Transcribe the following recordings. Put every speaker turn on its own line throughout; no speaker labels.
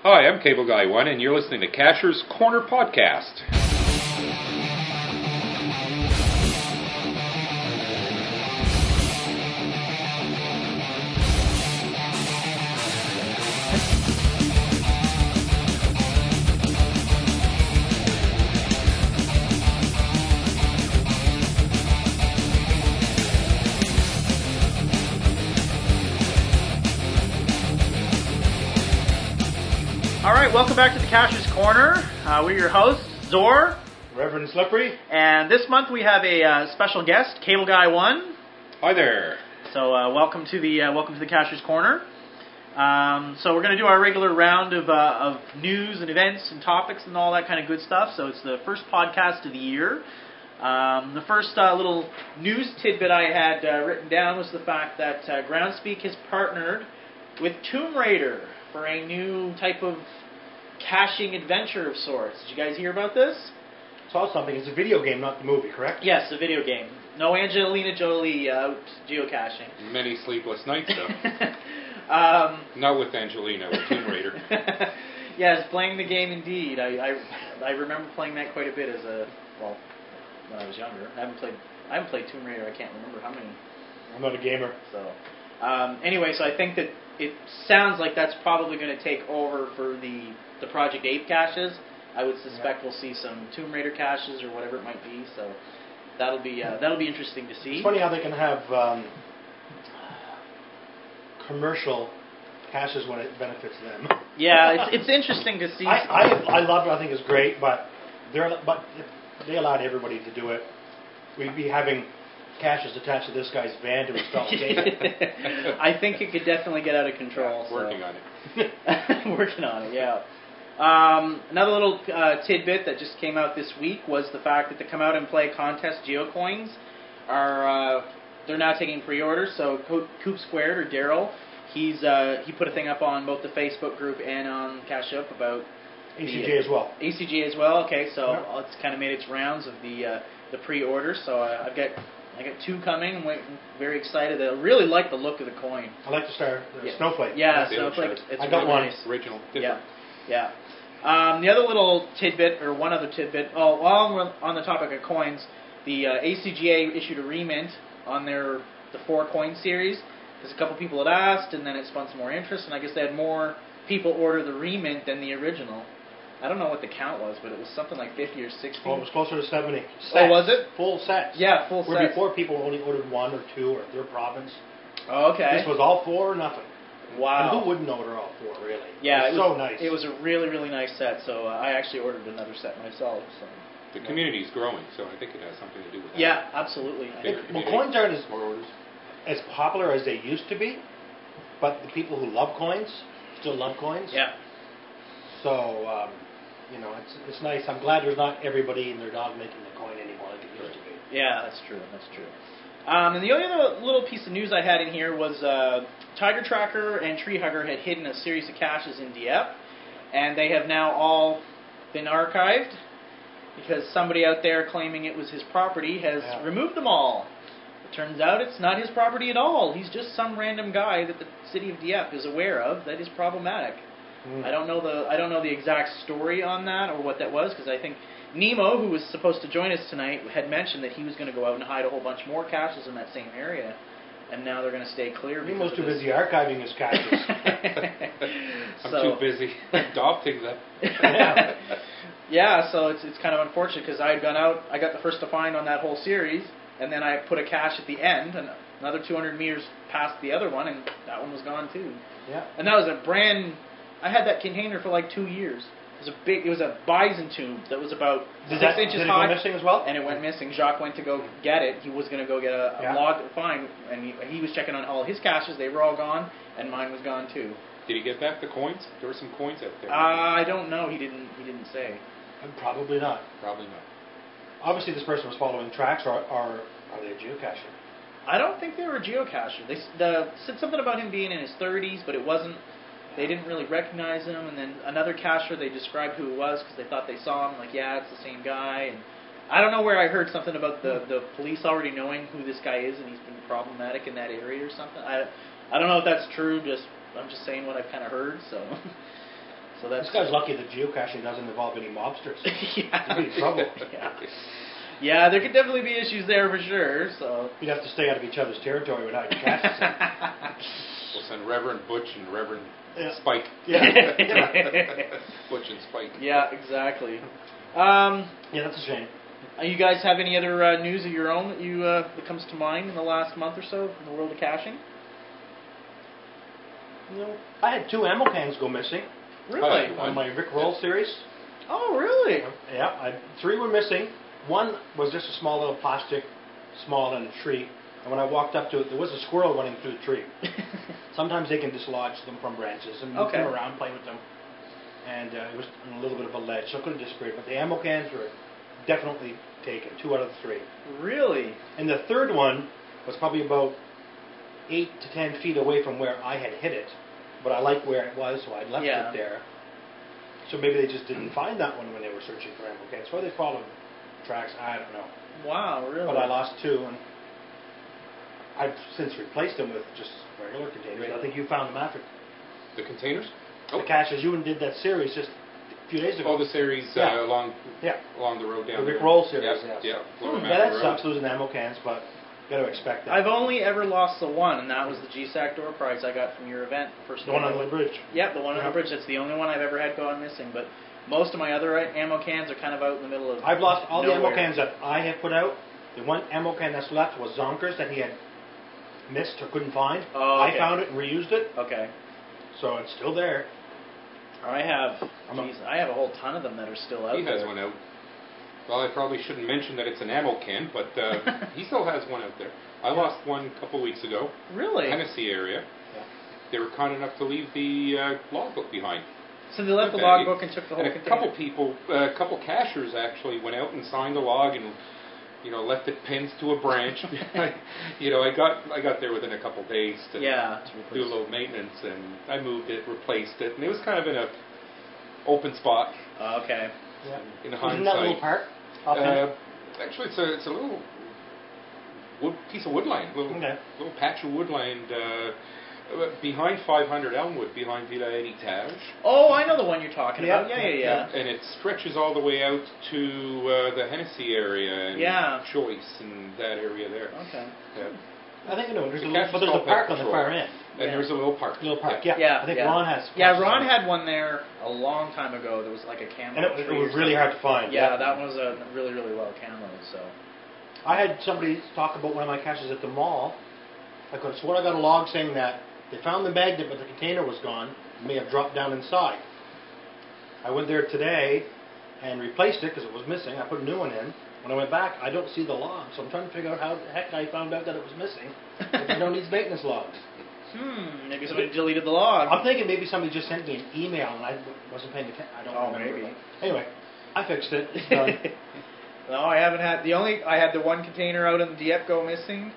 Hi, I'm Cable Guy One, and you're listening to Casher's Corner Podcast.
All right, welcome back to the Cash's Corner. Uh, we're your hosts, Zor,
Reverend Slippery.
and this month we have a uh, special guest, Cable Guy One.
Hi there.
So uh, welcome to the uh, welcome to the Cash's Corner. Um, so we're going to do our regular round of, uh, of news and events and topics and all that kind of good stuff. So it's the first podcast of the year. Um, the first uh, little news tidbit I had uh, written down was the fact that uh, Groundspeak has partnered with Tomb Raider for a new type of caching adventure of sorts. Did you guys hear about this?
saw something. It's a video game, not the movie, correct?
Yes, a video game. No Angelina Jolie out geocaching.
Many sleepless nights, though.
um,
Not with Angelina, with Tomb Raider.
yes, playing the game indeed. I, I I remember playing that quite a bit as a well when I was younger. I haven't played I haven't played Tomb Raider. I can't remember how many.
I'm not a gamer.
So um, anyway, so I think that it sounds like that's probably going to take over for the the Project Ape caches. I would suspect we'll see some Tomb Raider caches or whatever it might be. So that'll be uh, that'll be interesting to see.
It's funny how they can have um, commercial caches when it benefits them.
Yeah, it's, it's interesting to see.
I, I, I love it. I think it's great, but they're but if they allowed everybody to do it. We'd be having caches attached to this guy's van to install data.
I think it could definitely get out of control. so.
Working on it.
working on it, yeah. Um, another little uh, tidbit that just came out this week was the fact that the Come Out and Play contest geocoins are uh, they're now taking pre-orders. So Co- Coop Squared or Daryl, he's uh, he put a thing up on both the Facebook group and on Cash Up about
ECJ as well.
ACG as well. Okay, so
Yeah.
it's kind of made its rounds of the uh, the pre-order. So uh, I've got I got two coming. I'm wait- very excited. I really like the look of the coin.
I like the star, the
Yeah.
snowflake.
Yeah,
They
so
look
it's like
sharp.
it's
I got
really
one.
nice.
Original.
Yeah,
Different.
yeah. Um, the other little tidbit, or one other tidbit, oh, while we're on the topic of coins, the uh, ACGA issued a remint on their the four coin series because a couple people had asked, and then it spun some more interest, and I guess they had more people order the remint than the original. I don't know what the count was, but it was something like 50 or 60.
Well, it was closer to seventy.
Oh, was it?
Full sets.
Yeah, full
Where
set.
before people only ordered one or two or their province.
Oh, okay.
This was all four or nothing.
wow.
And who wouldn't order all four, really?
yeah,
it's
it
so
was,
nice.
It was a really, really nice set, so uh, I actually ordered another set myself. So.
The community's growing, so I think it has something to do with that.
Yeah, absolutely. I
Bigger
think-
well,
community.
coins aren't as-
More orders.
as popular as they used to be, but the people who love coins still love coins.
Yeah.
So, um, you know, it's it's nice. I'm glad there's not everybody and their dog making the coin anymore like it used to be.
Yeah, that's true. That's true. Um, and the only other little piece of news I had in here was uh, Tiger Tracker and Tree Hugger had hidden a series of caches in Dieppe, and they have now all been archived because somebody out there claiming it was his property has
Yeah.
removed them all. It turns out it's not his property at all. He's just some random guy that the city of Dieppe is aware of that is problematic. Mm. I don't know the I don't know the exact story on that or what that was because I think Nemo, who was supposed to join us tonight, had mentioned that he was going to go out and hide a whole bunch more caches in that same area, and now they're going to stay clear.
He
because
was too
of this.
Mm. busy archiving his caches.
I'm
So-
too busy adopting them.
yeah, so it's it's kind of unfortunate because I had gone out, I got the first to find on that whole series, and then I put a cache at the end, and another 200 meters past the other one, and that one was gone too.
yeah.
And that was a brand. I had that container for like two years. It was a big. It was a bison tomb that was about six
Did that
inches
did it
high,
go missing as well?
and it went missing. Jacques went to go get it. He was going to go get a, a
Yeah.
log fine, and he, he was checking on all his caches. They were all gone, and mine was gone too.
Did he get back the coins? There were some coins out there.
Uh, I don't know. He didn't. He didn't say.
Probably not.
Probably not.
Obviously, this person was following tracks, or are are they geocaching?
I don't think they were a geocacher. They s- the, said something about him being in his 30s, but it wasn't. They didn't really recognize him. And then another cacher, they described who it was because they thought they saw him. Like, yeah, it's the same guy. And I don't know where I heard something about the the police already knowing who this guy is and he's been problematic in that area or something. I I don't know if that's true. Just I'm just saying what I've kind of heard. So so So that's
This guy's lucky that geocaching doesn't involve any mobsters. He'd
yeah.
be in trouble.
yeah. Yeah, there could definitely be issues there for sure. So.
You'd have to stay out of each other's territory without your caches.
We'll send Reverend Butch and Reverend
Yeah.
Spike.
Yeah.
Butch and Spike.
yeah, exactly. Um,
yeah, that's a shame.
uh, you guys have any other uh, news of your own that you uh, that comes to mind in the last month or so in the world of caching?
No. I had two ammo cans go missing
Really?
on my Rick Roll series.
Oh, really?
Yeah, I, three were missing. One was just a small little plastic, small in a tree. And when I walked up to it, there was a squirrel running through the tree. Sometimes they can dislodge them from branches and move
Okay.
them around, play with them. And uh, it was on a little bit of a ledge, so it could have disappeared. But the ammo cans were definitely taken, two out of the three.
really?
And the third one was probably about eight to ten feet away from where I had hit it, but I liked where it was, so I left
Yeah.
it there. So maybe they just didn't find that one when they were searching for ammo cans. Why they followed tracks, I don't know.
Wow, really?
But I lost two, and I've since replaced them with just regular containers. I think you found them after
The containers? Oh.
the caches. You and did that series just a few days ago.
All the series
Yeah.
uh, along
yeah,
along the road down
The Rick
there.
Roll series,
Yeah,
yes.
yeah. Lower
Hmm,
Mackenzie
yeah, that
Road.
sucks losing ammo cans, but you got to expect that.
I've only ever lost the one, and that was the GSAC door prize I got from your event. First
the one on the bridge.
Yep, the one on the
Yeah.
bridge. That's the only one I've ever had gone missing. But most of my other uh, ammo cans are kind of out in the middle of.
I've lost all the
Nowhere.
ammo cans that I have put out. The one ammo can that's left was Zonkers that he had missed or couldn't find.
Oh, okay.
I found it and reused it,
Okay.
so it's still there.
I have.
I'm a-
Geez, I have a whole ton of them that are still out
He
there.
has one out. Well, I probably shouldn't mention that it's an ammo can, but uh, he still has one out there. I lost one a couple weeks ago,
Really?
Tennessee area.
Yeah.
They were kind enough to leave the uh, logbook behind.
So they left the
Okay.
logbook and
Oh,
took the whole
And a
container.
couple people, uh, a couple cashers actually went out and signed a log and, you know, left it pins to a branch. you know, I got I got there within a couple days to
Yeah.
do a little maintenance, and I moved it, replaced it, and it was kind of in a open spot
okay.
Yeah.
in
Isn't that little
hindsight.
park? Off in-
Uh, actually, it's a it's a little wood, piece of woodland, little
Okay.
little patch of woodland uh, uh, behind 500 Elmwood, behind Villa Heritage,
Oh, I know the one you're talking
Yeah,
about. Yeah, yeah, yeah.
yeah,
and it stretches all the way out to uh, the Hennessy area and
Yeah.
Choice and that area there.
Okay.
Yeah.
I think I know. There's
the
a little,
caches
but there's
called
a park
Pet
on the
Patrol.
far end.
And
Yeah.
there's a little park.
Little park. Yeah.
Yeah.
I think
yeah.
Ron has.
Yeah, Ron had one there a long time ago. There was like a camel.
And it, was- it
tree
was
or
really hard to
something.
find.
Yeah, that one was a really, really low camel. So.
I had somebody talk about one of my caches at the mall. I could have sworn I got a log saying that they found the magnet, but the container was gone. It may have dropped down inside. I went there today and replaced it because it was missing. I put a new one in. When I went back, I don't see the log, so I'm trying to figure out how the heck I found out that it was missing. I don't need maintenance logs.
Hmm. Maybe somebody deleted the log.
I'm thinking maybe somebody just sent me an email and I wasn't paying attention. I don't
Oh,
remember.
maybe.
Anyway, I fixed it. It's done.
no, I haven't had the only. I had the one container out in Dieppe go missing,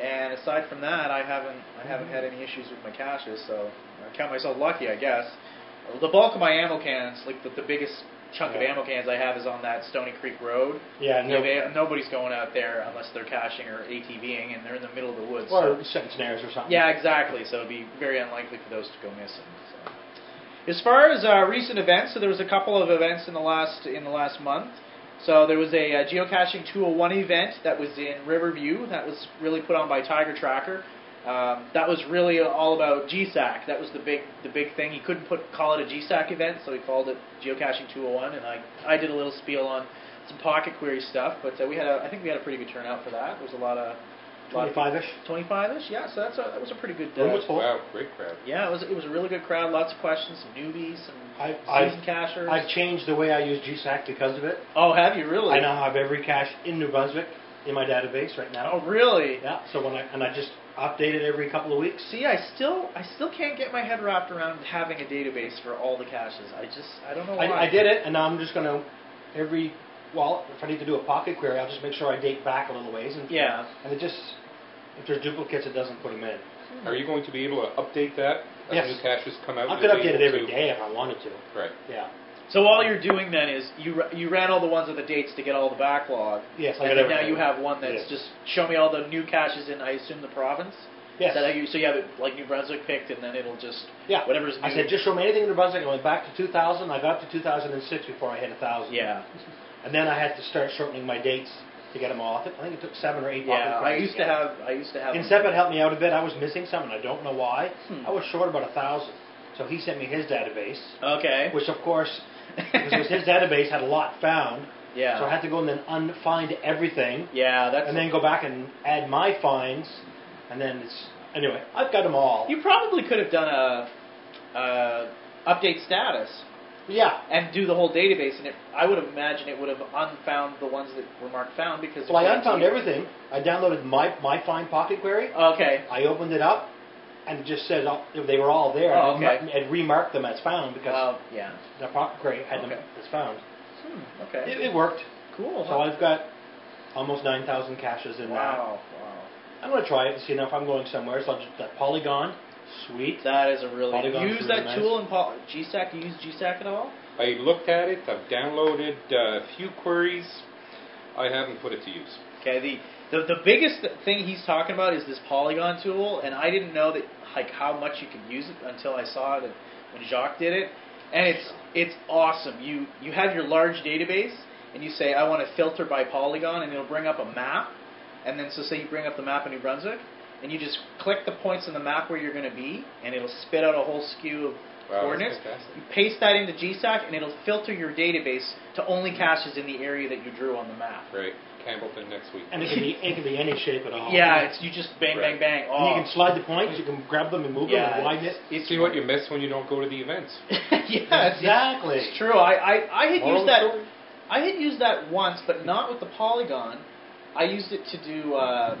and aside from that, I haven't. I haven't had any issues with my caches, so I count myself lucky, I guess. The bulk of my ammo cans, like the, the biggest chunk of
Yeah.
ammo cans I have, is on that Stony Creek Road.
yeah, no.
They- nobody's going out there unless they're caching or ATVing, and they're in the middle of the woods. so-
Or setting snares or something.
yeah, exactly. So it'd be very unlikely for those to go missing. So. As far as uh, recent events, so there was a couple of events in the last in the last month. So there was a uh, geocaching 201 event that was in Riverview. That was really put on by Tiger Tracker. Um, that was really all about GSAC. That was the big the big thing. He couldn't put call it a GSAC event, so he called it geocaching 201. And I I did a little spiel on some pocket query stuff, but uh, we had a, I think we had a pretty good turnout for that. There was a lot of lot of
25 ish.
25ish. Yeah, so that's a, that was a pretty good.
Room was
Uh,
full.
Wow, great crowd.
yeah, it was it was a really good crowd. Lots of questions, some newbies, some
I- I-
season cashers.
I've changed the way I use GSAC because of it.
oh, have you really?
I now have every cache in New Brunswick in my database right now.
Oh, really?
Yeah. So when I and I just update it every couple of weeks.
See, I still I still can't get my head wrapped around having a database for all the caches. I just I don't know why.
I, I did it, and now I'm just gonna every well, if I need to do a pocket query, I'll just make sure I date back a little ways, and
Yeah.
and it just if there's duplicates, it doesn't put them in.
Are you going to be able to update that as
Hmm. Yes.
new caches come out?
I could
You'll be
update it
able to-
every day if I wanted to.
Right.
Yeah.
So all you're doing then is you ra- you ran all the ones with the dates to get all the backlog.
Yes, I
and
got
then now
everything.
you have one that's
Yes.
just show me all the new caches in I assume the province.
Yes.
So, that you, so you have it like New Brunswick picked, and then it'll just
Yeah.
whatever's new.
I said, just show me anything in New Brunswick. I went back to 2000. I got up to 2006 before I hit 1,000.
yeah,
And then I had to start shortening my dates to get them all. I think, I think it took seven or eight.
yeah.
walking
I
credits
used
to
to
get
have I used to have.
And Seppet helped me out a bit. I was missing some, and I don't know why.
Hmm.
I was short about a thousand, so he sent me his database,
Okay.
which of course, because it was his database, had a lot found.
yeah.
So I had to go and then unfind everything,
yeah, that's
and then go back and add my finds, and then it's anyway. I've got them all.
You probably could have done a, a update status
yeah.
and do the whole database, and it, I would imagine it would have unfound the ones that were marked found because.
Well, I unfound everything. I downloaded my my find pocket query.
Okay.
I opened it up, and it just said uh, they were all there.
Oh,
and
okay.
And remarked them as found because
Uh, yeah.
the pocket query had them
Okay.
as found.
Hmm, okay.
It, it worked.
cool.
So I've got almost 9,000 caches in
wow. Wow.
that. I'm going to try it and see now if I'm going somewhere. So I'll just, that Polygon, sweet.
That is a really
Polygon's
use
really
that
nice.
tool in Poly- GSAC. You use GSAC at all?
I looked at it. I've downloaded uh, a few queries. I haven't put it to use.
Okay. The, the the biggest th- thing he's talking about is this Polygon tool, and I didn't know that like how much you could use it until I saw it when Jacques did it, and it's it's awesome. You you have your large database, and you say I want to filter by Polygon, and it'll bring up a map, and then so say you bring up the map of New Brunswick, and you just click the points on the map where you're going to be, and it'll spit out a whole skew of
Wow,
coordinates.
that's fantastic.
You paste that into GSAC, and it'll filter your database to only caches in the area that you drew on the map.
Right, Campbellton next week.
And it can be it can be any shape at all.
Yeah, it's Oh, you just bang,
Right.
bang, bang.
And
Oh.
you can slide the points. You can grab them and move them
yeah,
and widen it.
It's,
See what you miss when you don't go to the events.
yeah, it's-
Exactly.
It's, true. I, I, I had
Moral
used
of
that.
the story?
I had used that once, but not with the polygon. I used it to do uh,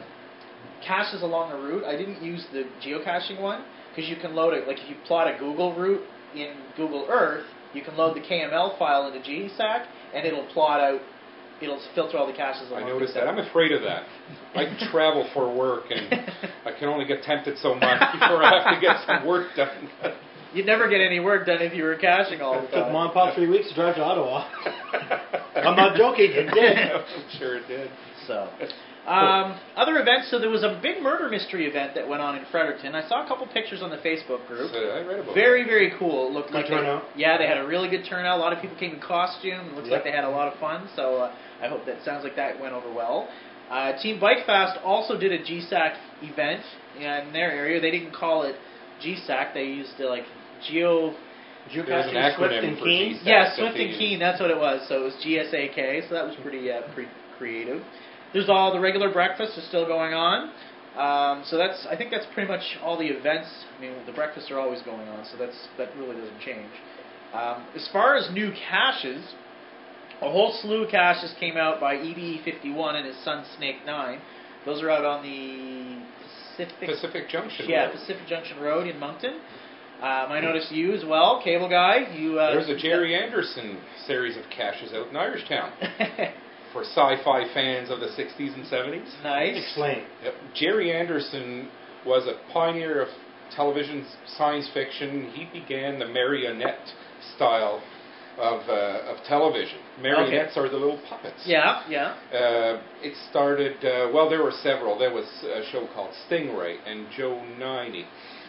caches along the route. I didn't use the geocaching one because you can load it. Like if you plot a Google route in Google Earth, you can load the KML file into GSAC, and it'll plot out. It'll filter all the caches along.
I
the
noticed
route.
that. I'm afraid of that. I travel for work, and I can only get tempted so much before I have to get some work done.
You'd never get any work done if you were caching all the
It took
time.
mom and pop three weeks to drive to Ottawa. I'm not joking. It did.
I'm sure it did.
So, um, other events. So there was a big murder mystery event that went on in Fredericton. I saw a couple pictures on the Facebook
So
group.
I read about
Very, very cool. It looked
Good
like they-
turnout.
yeah, they had a really good turnout. A lot of people came in costume. It looks
Yep.
like they had a lot of fun. So uh, I hope that sounds like that went over well. Uh, Team Bike Fast also did a GSAC event in their area. They didn't call it GSAC. They used uh, like Geo.
it. There's an
Geocaching, Swift
acronym
and
for
Keen.
GSAC
Yeah,
that
Swift
they
and
use.
Keen. That's what it was. So it was GSAK. So that was pretty uh, pre- creative. There's all the regular breakfasts are still going on. Um, so that's I think that's pretty much all the events. I mean, the breakfasts are always going on, so that's that really doesn't change. Um, as far as new caches, a whole slew of caches came out by EBE51 and his son Snake9. Those are out on the Pacific
Pacific Junction.
yeah,
Road.
Pacific Junction Road in Moncton. Um, I noticed you as well, cable guy. You uh,
There's a Jerry Anderson series of caches out in Irish Town
nice.
for sci-fi fans of the 60s and 70s.
Explain.
Yep. Jerry Anderson was a pioneer of television science fiction. He began the marionette style of, uh, of television. Marionettes are the little puppets.
Yeah, yeah.
Uh, it started, uh, well, there were several. There was a show called Stingray and Joe 90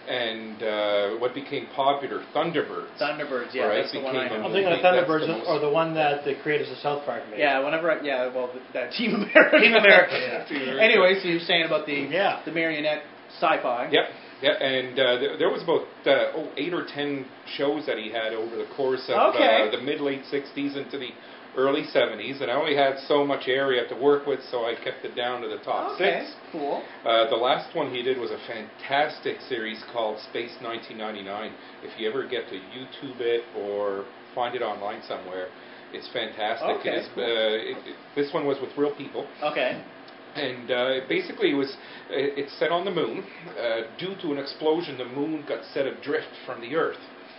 and uh, what became popular, Thunderbirds.
Thunderbirds. Yeah,
Right,
that's the one I
became
know.
I'm thinking of
That's the
Thunderbirds
most-
or the one that the creators of South Park made.
Yeah, whenever I, yeah, well, th- that Team America.
Team America, yeah.
Team America.
anyway, so you're saying about the
Yeah.
the marionette sci-fi.
Yep. Yeah, and uh, there, there was about uh, oh, eight or ten shows that he had over the course of
Okay.
uh, the mid late '60s into the early '70s, and I only had so much area to work with, so I kept it down to the top
Okay.
six.
Cool.
Uh, the last one he did was a fantastic series called Space 1999. If you ever get to YouTube it or find it online somewhere, it's fantastic.
Okay,
It is,
cool.
uh, it, it, this one was with real people
Okay.
and uh, basically it was it, it set on the moon. Uh, due to an explosion, the moon got set adrift from the Earth,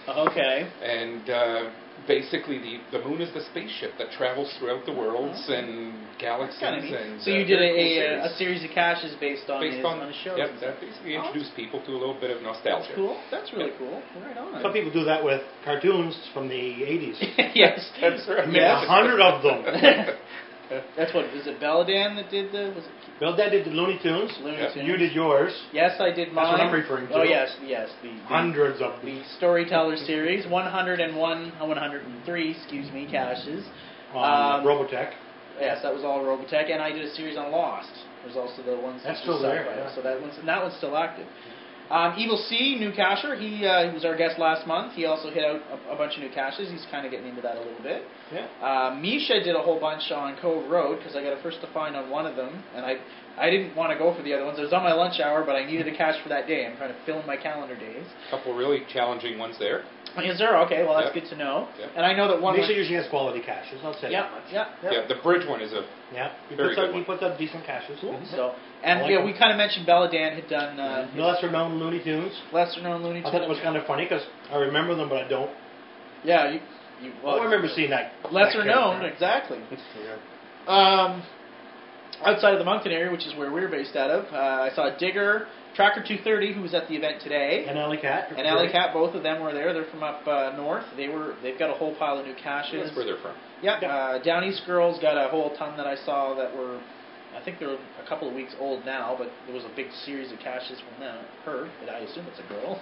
Okay.
and uh, basically the the moon is the spaceship that travels throughout the worlds and galaxies.
Kind of Oh. neat.
and
So
uh,
you did a,
very cool
a,
series.
a series of caches based on
based
his,
on,
on his shows.
Yep,
and stuff.
that basically
Oh,
introduced people to a little bit of nostalgia.
That's cool. That's really cool. Right on.
Some people do that with cartoons from the 80s.
yes.
That's right.
Made a hundred of them.
That's what is it? Beladan that did the was it
Bill Dad did the Looney Tunes.
Looney
Yeah.
Tunes?
You did yours.
Yes, I did mine.
That's what I'm referring to.
Oh yes, yes. The, the,
Hundreds of
the
these.
storyteller series, 101, uh, 103, excuse me, caches.
on
Um,
Robotech.
Yes, that was all Robotech, and I did a series on Lost. There's also the ones
That's
just
still there,
sci-fi,
yeah.
So that one's and that one's still active. Um, Evil C, new cacher. He, uh, he was our guest last month. He also hit out a, a bunch of new caches. He's kind of getting into that a little bit.
Yeah.
Uh, Misha did a whole bunch on Cove Road because I got a first to find on one of them, and I I didn't want to go for the other ones. It was on my lunch hour, but I needed a cache for that day. I'm trying to fill in my calendar days.
couple really challenging ones there.
Is there? Okay, well that's
Yep.
good to know.
Yep.
And I know that one.
Misha usually has quality caches. I'll say
yeah,
that much.
yeah.
Yeah, the bridge one is a
Yeah. He
Very
puts,
good
up, he
one.
puts up decent caches. Mm-hmm.
So and
I like
yeah,
them.
we kind of mentioned Beladan had done uh,
No lesser known Looney Tunes.
lesser known Looney
I
Tunes.
thought it was kind of funny because I remember them, but I don't.
yeah, you, you well,
Oh, I remember seeing that.
lesser
that
known
character.
exactly.
Yeah.
Um, outside of the Moncton area, which is where we're based out of, uh, I saw Digger, Tracker 230, who was at the event today,
And Alley Cat.
and Alley Cat. Both of them were there. They're from up uh, north. They were they've got a whole pile of new caches.
that's where they're from.
Yeah,
Yeah.
uh, Down East Girls got a whole ton that I saw that were, I think they were a couple of weeks old now, but there was a big series of caches from them, her, but I assume it's a girl.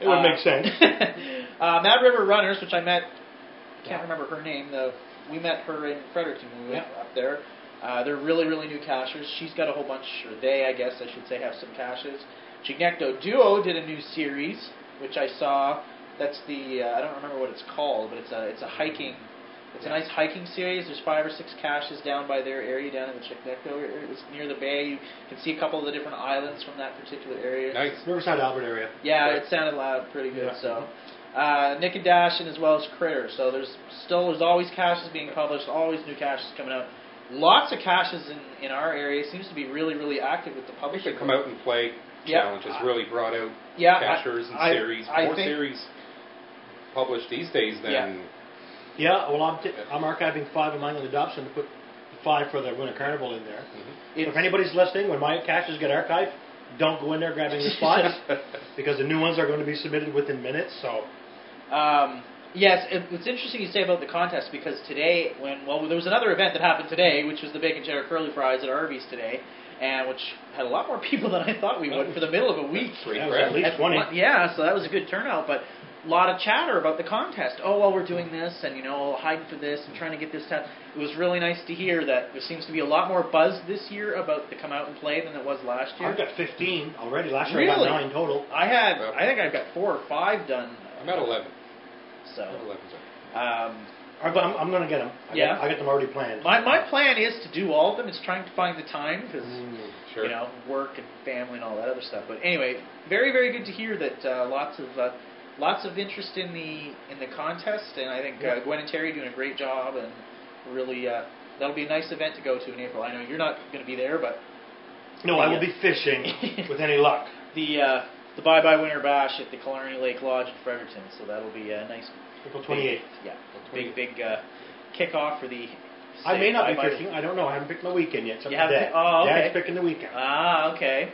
It would make sense.
uh, Mad River Runners, which I met, can't remember her name, though. We met her in Fredericton when we went
Yeah.
up there. Uh, they're really, really new cashers. She's got a whole bunch, or they, I guess I should say, have some caches. Chignecto Duo did a new series, which I saw. That's the, uh, I don't remember what it's called, but it's a, it's a hiking, it's a nice hiking series. There's five or six caches down by their area, down in the Chignecto area. It's near the bay. You can see a couple of the different islands from that particular area.
Nice.
Riverside Albert area.
Yeah, it sounded loud, pretty good.
Yeah.
So, uh, Nick and Dash, and as well as Critter. So there's still there's always caches being published, always new caches coming out. Lots of caches in in our area. It seems to be really really active with the
I think the
publishing.
come out and play
Yeah. Uh,
challenge has really brought out
yeah, I-
cashers and
I-
series.
I
More
think-
series published these days than
Yeah, well, I'm, t- I'm archiving five of mine on the Dobson to put five for the Winter Carnival in there.
Mm-hmm.
it's-
if anybody's listening, when my caches get archived, don't go in there grabbing the spots because the new ones are going to be submitted within minutes. So
Um, yes, it, it's interesting you say about the contest because today, when well, there was another event that happened today, which was the bacon cheddar curly fries at Arby's today, and which had a lot more people than I thought we would for the middle of a week.
Three
that was at
grand.
least
At
20.
one- yeah, so that was a good turnout, but a lot of chatter about the contest. Oh, well, we're doing this, and you know, hiding for this, and trying to get this done. It was really nice to hear that there seems to be a lot more buzz this year about the come out and play than there was last year.
I've got 15 already. Last year I
Really?
got nine total.
I had, I think I've got four or five done.
I'm at 11. I'm at
So,
11, sorry.
um,
I- but I'm, I'm going to get them. I
Yeah.
Got, I got them already planned.
my my plan is to do all of them. It's trying to find the time because.
Mm.
Sure.
you know, work and family and all that other stuff. But anyway, very very good to hear that uh, lots of uh, lots of interest in the in the contest, and I think uh, Gwen and Terry doing a great job, and really uh, that'll be a nice event to go to in April. I know you're not going to be there, but
No, I will be fishing with any luck.
the uh, the Bye Bye Winter Bash at the Killarney Lake Lodge in Fredericton, so that'll be a nice
April
big-
28th.
yeah, big big uh, kickoff for the.
I may not be
Bye-bye-
fishing. I don't know. I haven't picked my weekend yet. It's up
You
to
haven't
Dad.
picked- oh, okay.
Dad's picking the weekend.
Ah, okay.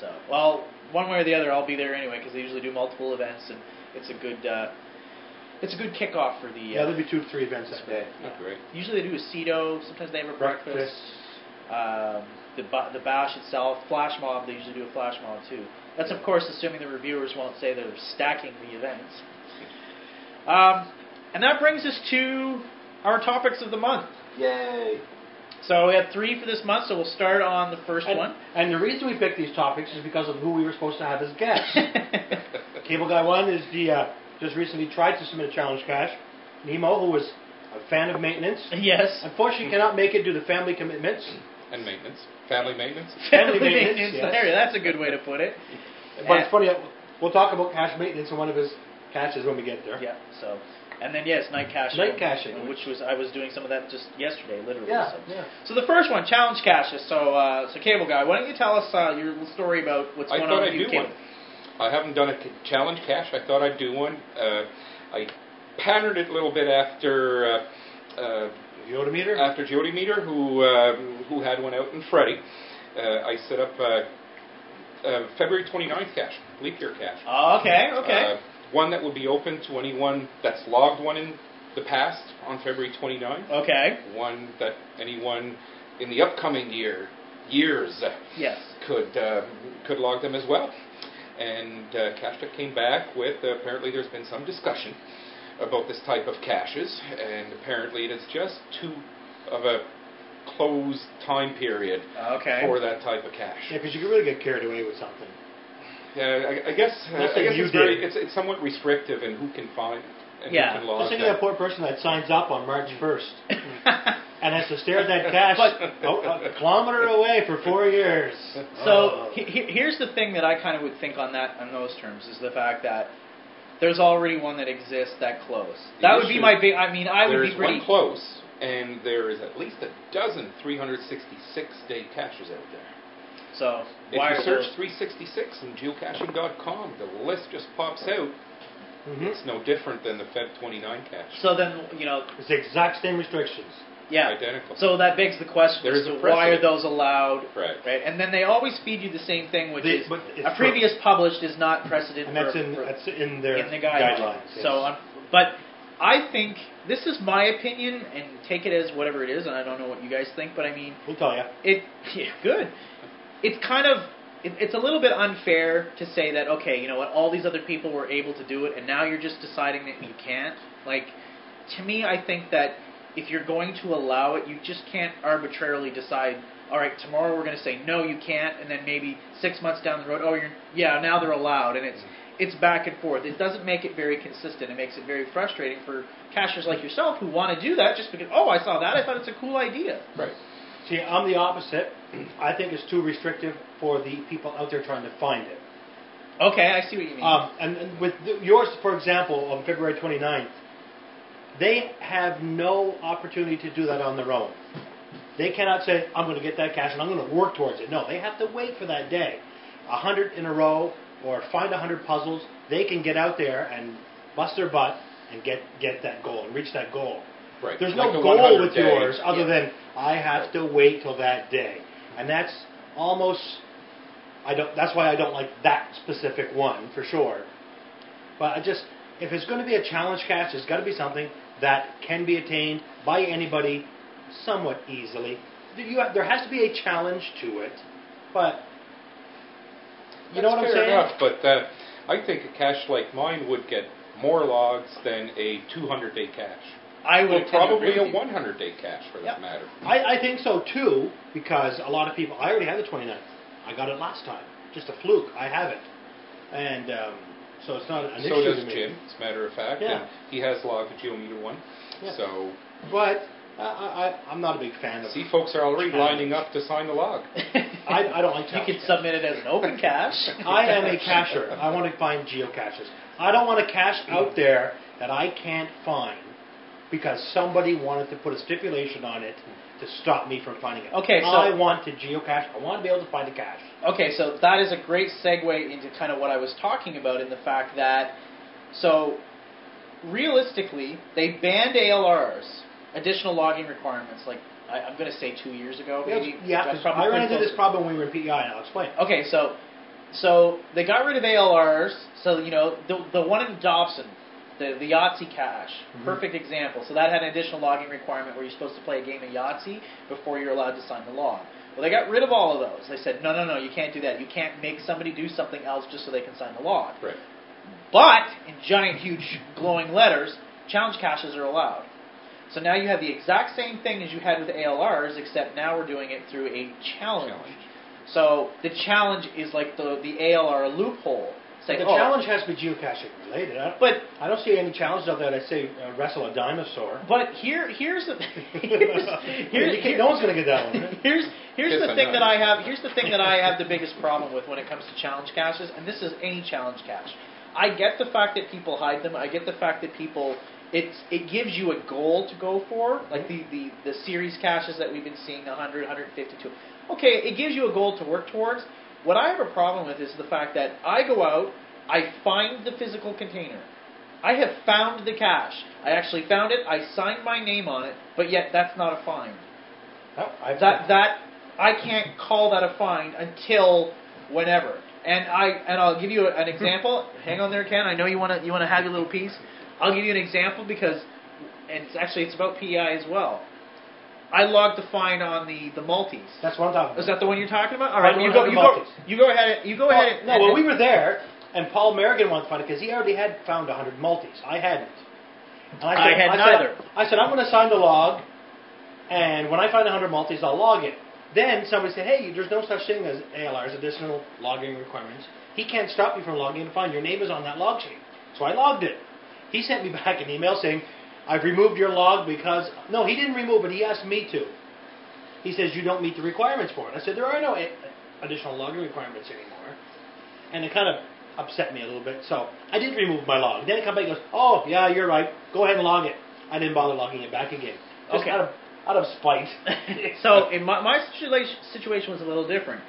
So, well, one way or the other, I'll be there anyway because they usually do multiple events, and it's a good uh, it's a good kickoff for the.
yeah,
Uh,
there'll be two, three events that day.
Oh, great.
usually they do a cedo. Sometimes they have a breakfast.
Breakfast.
Um, the ba- the bash itself, flash mob. They usually do a flash mob too. That's of course assuming the reviewers won't say they're stacking the events. Um, and that brings us to our topics of the month.
Yay!
So we have three for this month. So we'll start on the first
And,
one.
and the reason we picked these topics is because of who we were supposed to have as guests. Cable Guy One is the uh, just recently tried to submit a challenge cash. Nemo, who was a fan of maintenance,
yes.
unfortunately cannot make it due to family commitments.
And maintenance. Family maintenance.
Family
Family
maintenance.
maintenance, yes.
There, that's a good way to put it.
But it's funny. uh, We'll talk about cash maintenance in one of his caches when we get there.
Yeah. So, and then yes, night caching.
Night caching.
which was I was doing some of that just yesterday, literally.
Yeah,
So.
yeah.
So the first one, challenge caches. So, uh, so cable guy, why don't you tell us uh, your little story about what's
I
going
thought
on
I'd
with you,
do
cable?
one. I haven't done a c- challenge cash. I thought I'd do one. Uh, I patterned it a little bit after uh, uh,
Yoda meter.
after Jody Meter, who um, who had one out in Freddie. Uh, I set up uh, uh, February 29th cash, leap year cash.
Oh, okay. Okay.
Uh, one that will be open to anyone that's logged one in the past on February 29th,
Okay.
one that anyone in the upcoming year, years,
Yes.
could uh, could log them as well. And uh, Cashdeck came back with uh, apparently there's been some discussion about this type of caches, and apparently it is just too of a closed time period
Okay.
for that type of cache.
Yeah, because you can really get carried away with something.
Yeah, I, I guess, uh,
Let's
I
say
guess
you
it's, very,
did.
it's, it's somewhat restrictive in who can find and
Yeah.
who can
Just
log
think
that.
of that poor person that signs up on March 1st and has to stare at that cache a, a kilometer away for four years.
So
Oh.
he, he- here's the thing that I kind of would think on that on those terms is the fact that there's already one that exists that close.
The
That would be
issue-
my big. I mean, I would
There's
be pretty.
one close, and there is at least a dozen 366 day caches out there.
So
If
why
you
are
search
those-
366 and geocaching.com, the list just pops out.
Mhm.
It's no different than the Feb 29 cache.
So then you know,
It's the exact same restrictions.
yeah.
Identical.
So that begs the question:
There
as
is a
to why are
precedent.
those allowed?
right.
Right, and then they always feed you the same thing, which
They-
is
but it's
a previous published is not precedent.
And that's
for-
in
for-
that's in their
in the guidelines.
yes.
So, um, but I think this is my opinion, and take it as whatever it is. And I don't know what you guys think, but I mean,
we'll tell you.
it yeah, good. It's kind of it, it's a little bit unfair to say that okay, you know what, all these other people were able to do it, and now you're just deciding that you can't. Like to me, I think that if you're going to allow it, you just can't arbitrarily decide. All right, tomorrow we're going to say no, you can't, and then maybe six months down the road, oh, you're yeah, now they're allowed, and it's it's back and forth. It doesn't make it very consistent. It makes it very frustrating for cashers like yourself who want to do that just because oh, I saw that, I thought it's a cool idea.
Right.
See, I'm the opposite. I think it's too restrictive for the people out there trying to find it.
Okay, I see what you mean.
Um, and, and with th- yours, for example, on February 29th, they have no opportunity to do that on their own. They cannot say, I'm going to get that cash and I'm going to work towards it. No, they have to wait for that day. A hundred in a row or find a hundred puzzles, they can get out there and bust their butt and get, get that goal and reach that goal.
Right.
There's
Like
no
the
goal
100
with
day.
yours other
Yeah.
than I have to wait till that day, and that's almost. I don't. That's why I don't like that specific one for sure. But I just, if it's going to be a challenge catch, it's got to be something that can be attained by anybody, somewhat easily. There- You have, there has to be a challenge to it, but you know
That's
what I'm
fair
saying?
Enough, but uh, I think a cache like mine would get more logs than a 200 day cache.
I will
And probably a
agree with you.
100 day cache for that
Yep.
matter.
I, I think so too, because a lot of people. I already had the 29th. I got it last time. Just a fluke. I have it. And um, so it's not an
So
issue.
does
to me.
Jim, as a matter of fact.
Yeah.
And he has logged a geometer one.
Yeah.
So,
But uh, I, I, I- I'm not a big fan of
see, folks are already
Challenge.
lining up to sign the log.
I, I don't like
you
challenge
can submit it as an open cache.
I am a cacher. I want to find geocaches. I don't want a cache out there that I can't find because somebody wanted to put a stipulation on it to stop me from finding it.
Okay, so-
I want to geocache. I want to be able to find a cache.
okay, so that is a great segue into kind of what I was talking about in the fact that so realistically they banned ALRs, additional logging requirements, like I, I'm going to say two years ago, maybe.
yeah,
That's
'cause
probably
I ran
pretty
into this
close.
problem when we were in PEI, and I'll explain.
Okay, so so they got rid of ALRs. So you know the the one in Dobson, the the Yahtzee cache,
Mhm.
perfect example. So that had an additional logging requirement where you're supposed to play a game of Yahtzee before you're allowed to sign the log. Well, they got rid of all of those. They said, no, no, no, you can't do that. You can't make somebody do something else just so they can sign the log.
Right.
But in giant, huge, glowing letters, challenge caches are allowed. So now you have the exact same thing as you had with ALRs, except now we're doing it through a challenge.
Challenge.
So the challenge is like the the ALR loophole. It's like,
the
oh,
challenge has to be geocaching related. I don't,
but
I don't see any challenges out there that say uh, wrestle a dinosaur.
but here here's the here's, here's,
You can't- no one's gonna get that one, right?
Here's here's
Yes,
the
I
thing
know.
that I have here's the thing that I have the biggest problem with when it comes to challenge caches, and this is any challenge cache. I get the fact that people hide them. I get the fact that people it's it gives you a goal to go for, like the the the series caches that we've been seeing 100, 152. Okay, it gives you a goal to work towards. What I have a problem with is the fact that I go out, I find the physical container. I have found the cache. I actually found it. I signed my name on it, but yet that's not a find.
No, I've-
That that I can't call that a find until whenever. And I and I'll give you an example. Hang on there, Ken. I know you want to you want to have your little piece. I'll give you an example because and it's actually it's about PEI as well. I logged the fine on the the Maltese.
That's what I'm talking about.
Is that the one you're talking about? All
I
right,
don't
you go
have the
you go,
Maltese.
you go ahead. and- You go
Well,
ahead. and-
no,
and-
well, we were there, and Paul Merrigan wanted to find it because he already had found 100 multis. I hadn't. And
I had
said-
neither.
I said, I'm going to sign the log, and when I find 100 multis, I'll log it. Then somebody said, hey, there's no such thing as ALRs, additional logging requirements. He can't stop you from logging a fine. Your name is on that log sheet. So I logged it. He sent me back an email saying, I've removed your log because, no, he didn't remove it. He asked me to. He says, you don't meet the requirements for it. I said, there are no a- additional logging requirements anymore and it kind of upset me a little bit. So I did remove my log. Then it comes back and goes, "Oh yeah, you're right. Go ahead and log it." I didn't bother logging it back again. Just
Okay.
out of out of spite.
so in my, my situation, situation was a little different.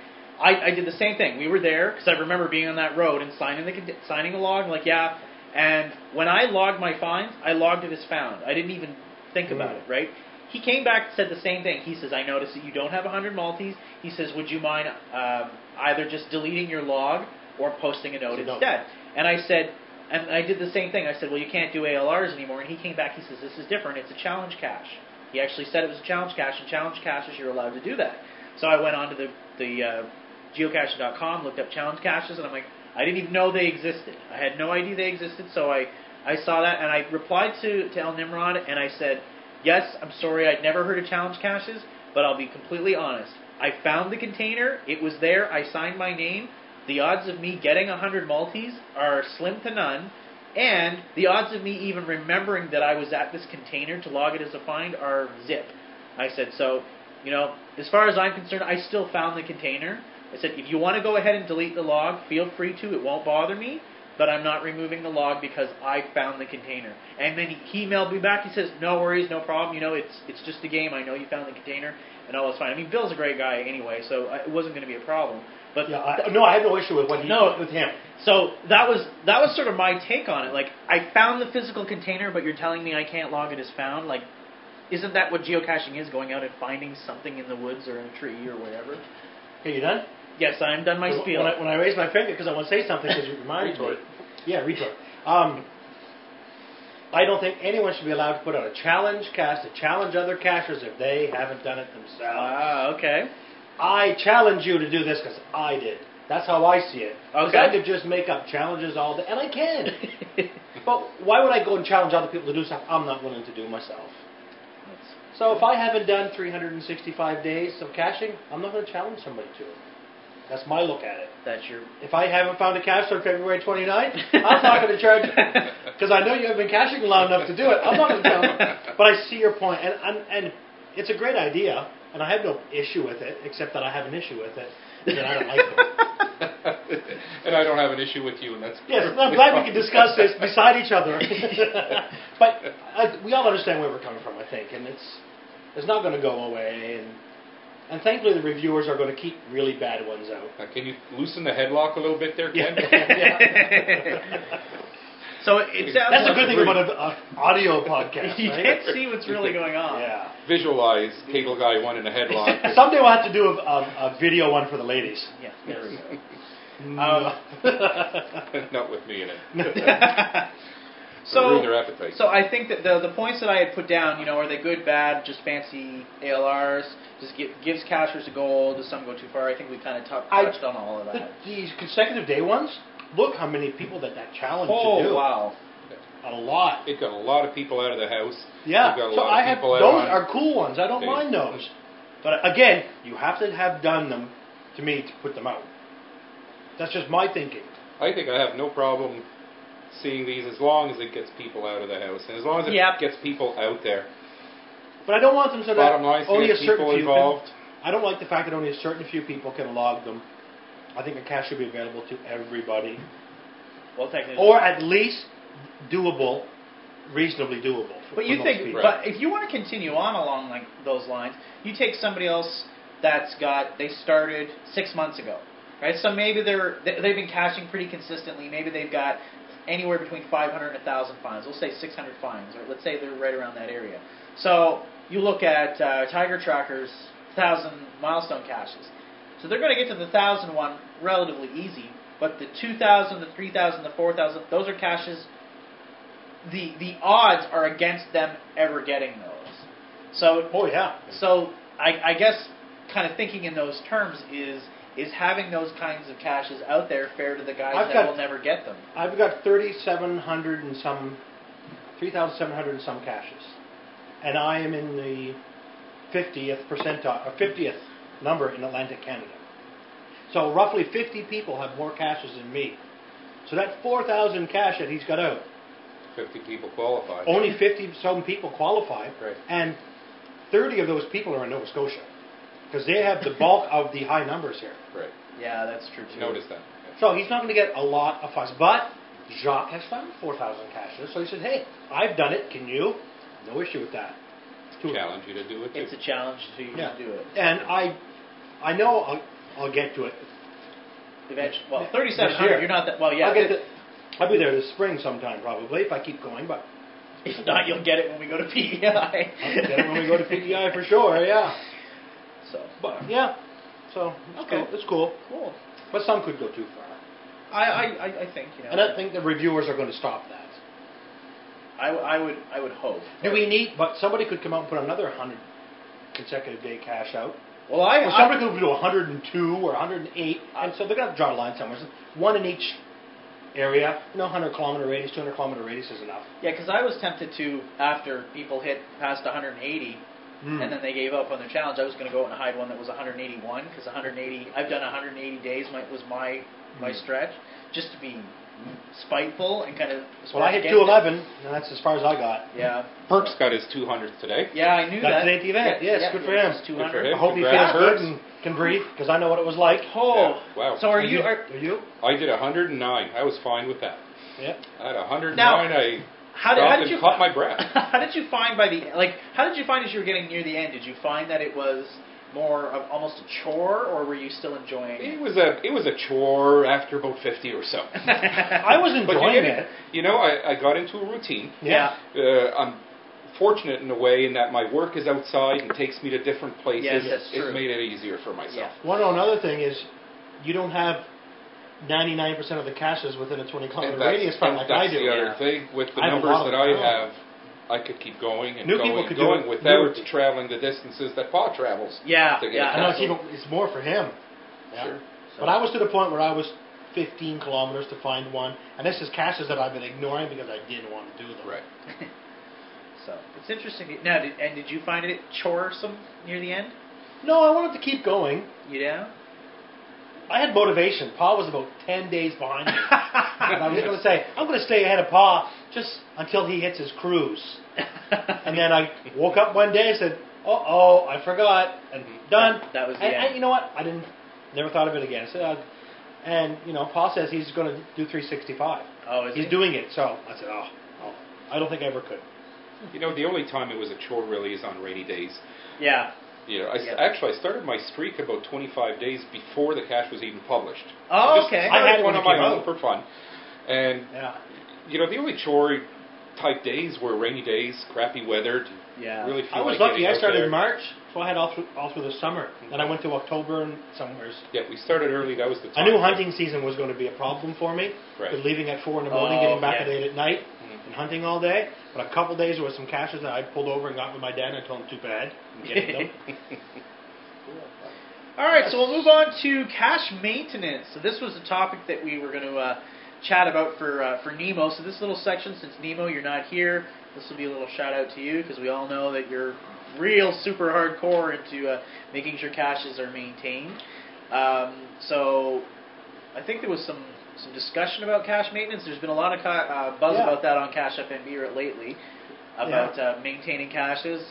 I, I did the same thing. We were there because I remember being on that road and signing the con- signing a log like yeah. And when I logged my fines, I logged it as found. I didn't even think about
Mm.
it. Right? He came back and said the same thing. He says I noticed that you don't have 100 Maltese. He says would you mind um, either just deleting your log or posting a note
It's a note.
instead? And I said. And I did the same thing. I said, "Well, you can't do ALRs anymore." And he came back. He says, "This is different. It's a challenge cache." He actually said it was a challenge cache, and challenge caches you're allowed to do that. So I went onto the the uh, geocaching.com, looked up challenge caches, and I'm like, I didn't even know they existed. I had no idea they existed. So I I saw that, and I replied to to El Nimrod, and I said, Yes, I'm sorry, I'd never heard of challenge caches, but I'll be completely honest. I found the container. It was there. I signed my name. The odds of me getting 100 Maltese are slim to none. And the odds of me even remembering that I was at this container to log it as a find are zip. I said, so, you know, as far as I'm concerned, I still found the container. I said, if you want to go ahead and delete the log, feel free to. It won't bother me, but I'm not removing the log because I found the container. And then he emailed me back. He says, no worries, no problem. You know, it's it's just a game. I know you found the container, and all is fine. I mean, Bill's a great guy anyway, so uh, it wasn't going to be a problem. But
yeah, I, no, I had no issue with what he
No.
with him.
so that was that was sort of my take on it. Like I found the physical container, but you're telling me I can't log it as found. Like, isn't that what geocaching is? Going out and finding something in the woods or in a tree or wherever.
Okay, you done?
Yes, I'm done my
When-
spiel.
When I, when I raised my finger because I want to say something because you reminded me.
Retort.
Yeah, retort. Um, I don't think anyone should be allowed to put out a challenge cast to challenge other cashers if they haven't done it themselves.
Ah, okay.
I challenge you to do this because I did. That's how I see it. 'Cause
Okay.
I could just make up challenges all day, and I can. but why would I go and challenge other people to do stuff I'm not willing to do myself? So if I haven't done 365 days of caching, I'm not going to challenge somebody to it. That's my look at it.
That's your.
If I haven't found a cache on February 29th, I'm not going to charge because I know you have been caching long enough to do it. I'm not going to challenge. But I see your point, and and and it's a great idea, and I have no issue with it, except that I have an issue with it that I don't like them.
and I don't have an issue with you, and that's
Yes, I'm glad we can discuss this beside each other. but I, we all understand where we're coming from, I think, and it's it's not going to go away. And and thankfully, the reviewers are going to keep really bad ones out.
Uh, can you loosen the headlock a little bit there, Ken?
so it sounds.
That's a
like
good thing about an uh, audio podcast.
You
right?
can't see what's really going on.
Yeah.
Visualize cable guy one in a headlock.
Someday we'll have to do a, a, a video one for the ladies.
Yeah, there we go.
No.
Not with me in it.
So-
ruin their appetite.
So I think that the the points that I had put down, you know, are they good, bad, just fancy ALRs? Just give, gives cashers a goal. Does some go too far? I think we kind of
I-
touched on all of
the,
that.
these consecutive day ones. Look how many people that that challenge to
Oh
do.
wow!
A lot.
it got a lot of people out of the house.
Yeah.
It got a
so
lot
I
of
have
people
those
out on-
are cool ones. I don't
They-
mind those. But uh, again, you have to have done them to me to put them out. That's just my thinking.
I think I have no problem seeing these as long as it gets people out of the house and as long as it
Yep.
gets people out there.
But I don't want them so that
Bottom line, is to
only
get
a certain
people
few.
involved.
I don't like the fact that only a certain few people can log them. I think a cache should be available to everybody.
Well, technically,
or at least doable, reasonably doable.
but
For, for
you
most
think,
people.
but if you want to continue on along like those lines, you take somebody else that's got they started six months ago, right? So maybe they're they- they've been cashing pretty consistently. Maybe they've got anywhere between 500 and 1,000 fines. We'll say 600 fines, or let's say they're right around that area. So you look at uh, Tiger Tracker's 1,000 milestone caches. So they're going to get to the 1,000 one relatively easy, but the 2,000, the 3,000, the 4,000, those are caches the the odds are against them ever getting those. So
Oh yeah.
so I, I guess kind of thinking in those terms is is having those kinds of caches out there fair to the guys
I've
that
got-
will never get them.
I've got 3,700 and some, 3,700 and some caches, and I am in the 50th percentile or 50th number in Atlantic Canada. So roughly 50 people have more caches than me. So that 4,000 cache that he's got out,
50 people qualified.
only 50 some people qualify,
Right.
and 30 of those people are in Nova Scotia because they have the bulk of the high numbers here.
Right.
Yeah, that's true
Did
too.
you Notice that.
So he's not going to get a lot of fuss. But Jacques has found 4,000 caches. So he said, hey, I've done it. Can you? No issue with that.
Yeah. Challenge you to do it. Too.
It's a challenge to you
Yeah.
to do it.
And I, I know I'll, I'll get to it.
Eventually, well,
This
thirty-seven
year.
hundred. You're not that. Well, yeah.
I'll, get to, I'll be there this spring sometime probably if I keep going. But
If not, you'll get it when we go to E PEI.
I'll get it when we go to E PDI for sure. Yeah.
So
But yeah. So it's
Okay.
cool. It's cool.
cool.
But some could go too far.
I, I, I- I think you know.
And I think the reviewers are going to stop that.
I, I would I would hope.
Do we need? But somebody could come out and put another 100 consecutive day cash out.
Well, I,
Well,
I-
somebody could do 102 or 108, and so they're going to draw a line somewhere. So One in each area. You know, 100 kilometer radius, 200 kilometer radius is enough.
yeah, because I was tempted to after people hit past 180
Hmm.
and then they gave up on their challenge. I was going to go out and hide one that was 181 because 180. I've done 180 days. My was my my
Hmm.
stretch just to be spiteful and kind of.
well, I hit
against it.
211, and that's as far as I got.
Yeah.
Perks got his 200th today.
Yeah, I knew
That's
that.
an eighth event.
Yeah,
Yes,
yeah,
good for
it
him.
was 200.
Good
for him.
I hope he feels
Congrats,
good
Bert.
and can breathe, because I know what it was like.
Yeah.
Oh,
Wow.
So are
And
you? Are,
Are you?
I did 109. I was fine with that.
Yeah.
At 109,
Now,
I
how did,
stopped
how did
and
you
caught my breath.
how did you find by the like? How did you find as you were getting near the end? Did you find that it was more of almost a chore, or were you still enjoying?
It
it?
was a it was a chore after about 50 or so.
I was
But you,
enjoying
get
it.
it. you know, I, I got into a routine.
Yeah.
Uh, I'm fortunate in a way in that my work is outside and takes me to different places.
Yes, that's
it
true.
made it easier for myself.
One another thing is, you don't have 99% of the caches within a 20 kilometer
And that's,
radius, probably
and
like
that's
I do.
the other
yeah.
thing. With the
I have a
numbers
lot of
that I
them.
have, I could keep going and
New
going
people
and
could do
going
it.
without
New-
traveling the distances that Paul travels.
Yeah,
To get
yeah.
a
I know
castle.
he don't- it's more for him. Yeah.
Sure.
But I was to the point where I was 15 kilometers to find one, and this is caches that I've been ignoring because I didn't want to do them.
Right.
So it's interesting. Now, did, and did you find it choresome near the end?
No, I wanted to keep going.
You down?
I had motivation. Pa was about 10 days behind me. and I was going to say, I'm going to stay ahead of Pa just until he hits his cruise. And then uh, I woke up one day and said, uh oh, I forgot, and done.
Mm-hmm. That- that was the
and,
end.
and you know what? I didn't, never thought of it again. So, uh, and, you know, Pa says he's going to do 365.
oh, is
He's
it?
doing it, so I said, oh, oh, I don't think I ever could.
You know, the only time it was a chore really is on rainy days.
Yeah.
You know, I,
Yeah.
actually I started my streak about 25 days before the cash was even published.
Oh,
Just
okay.
I
I had
had
it
one on
when it
my
came
own
out.
for fun, and
Yeah.
you know, the only chore type days were rainy days, crappy weather. To
Yeah.
Really feel
I was
like
lucky.
getting
I
out
started
there.
in March, so I had all through, all through the summer. Then I went to October and somewheres.
Yeah, we started early. That was the time.
I knew hunting season was going to be a problem for me.
Right.
But leaving at four in the morning,
Oh,
getting back
yeah.
at eight at night,
Mhm.
and hunting all day. But a couple days there was some caches that I pulled over and got with my dad, and I told him too bad. I'm getting them.
All right, so we'll move on to cash maintenance. So this was a topic that we were going to uh, chat about for uh, for Nemo. So this little section, since Nemo, you're not here, this will be a little shout out to you because we all know that you're real super hardcore into uh, making sure caches are maintained. Um, so I think there was some some discussion about cash maintenance. There's been a lot of ca- uh, buzz
Yeah.
about that on Cash FMB or lately about uh, maintaining caches.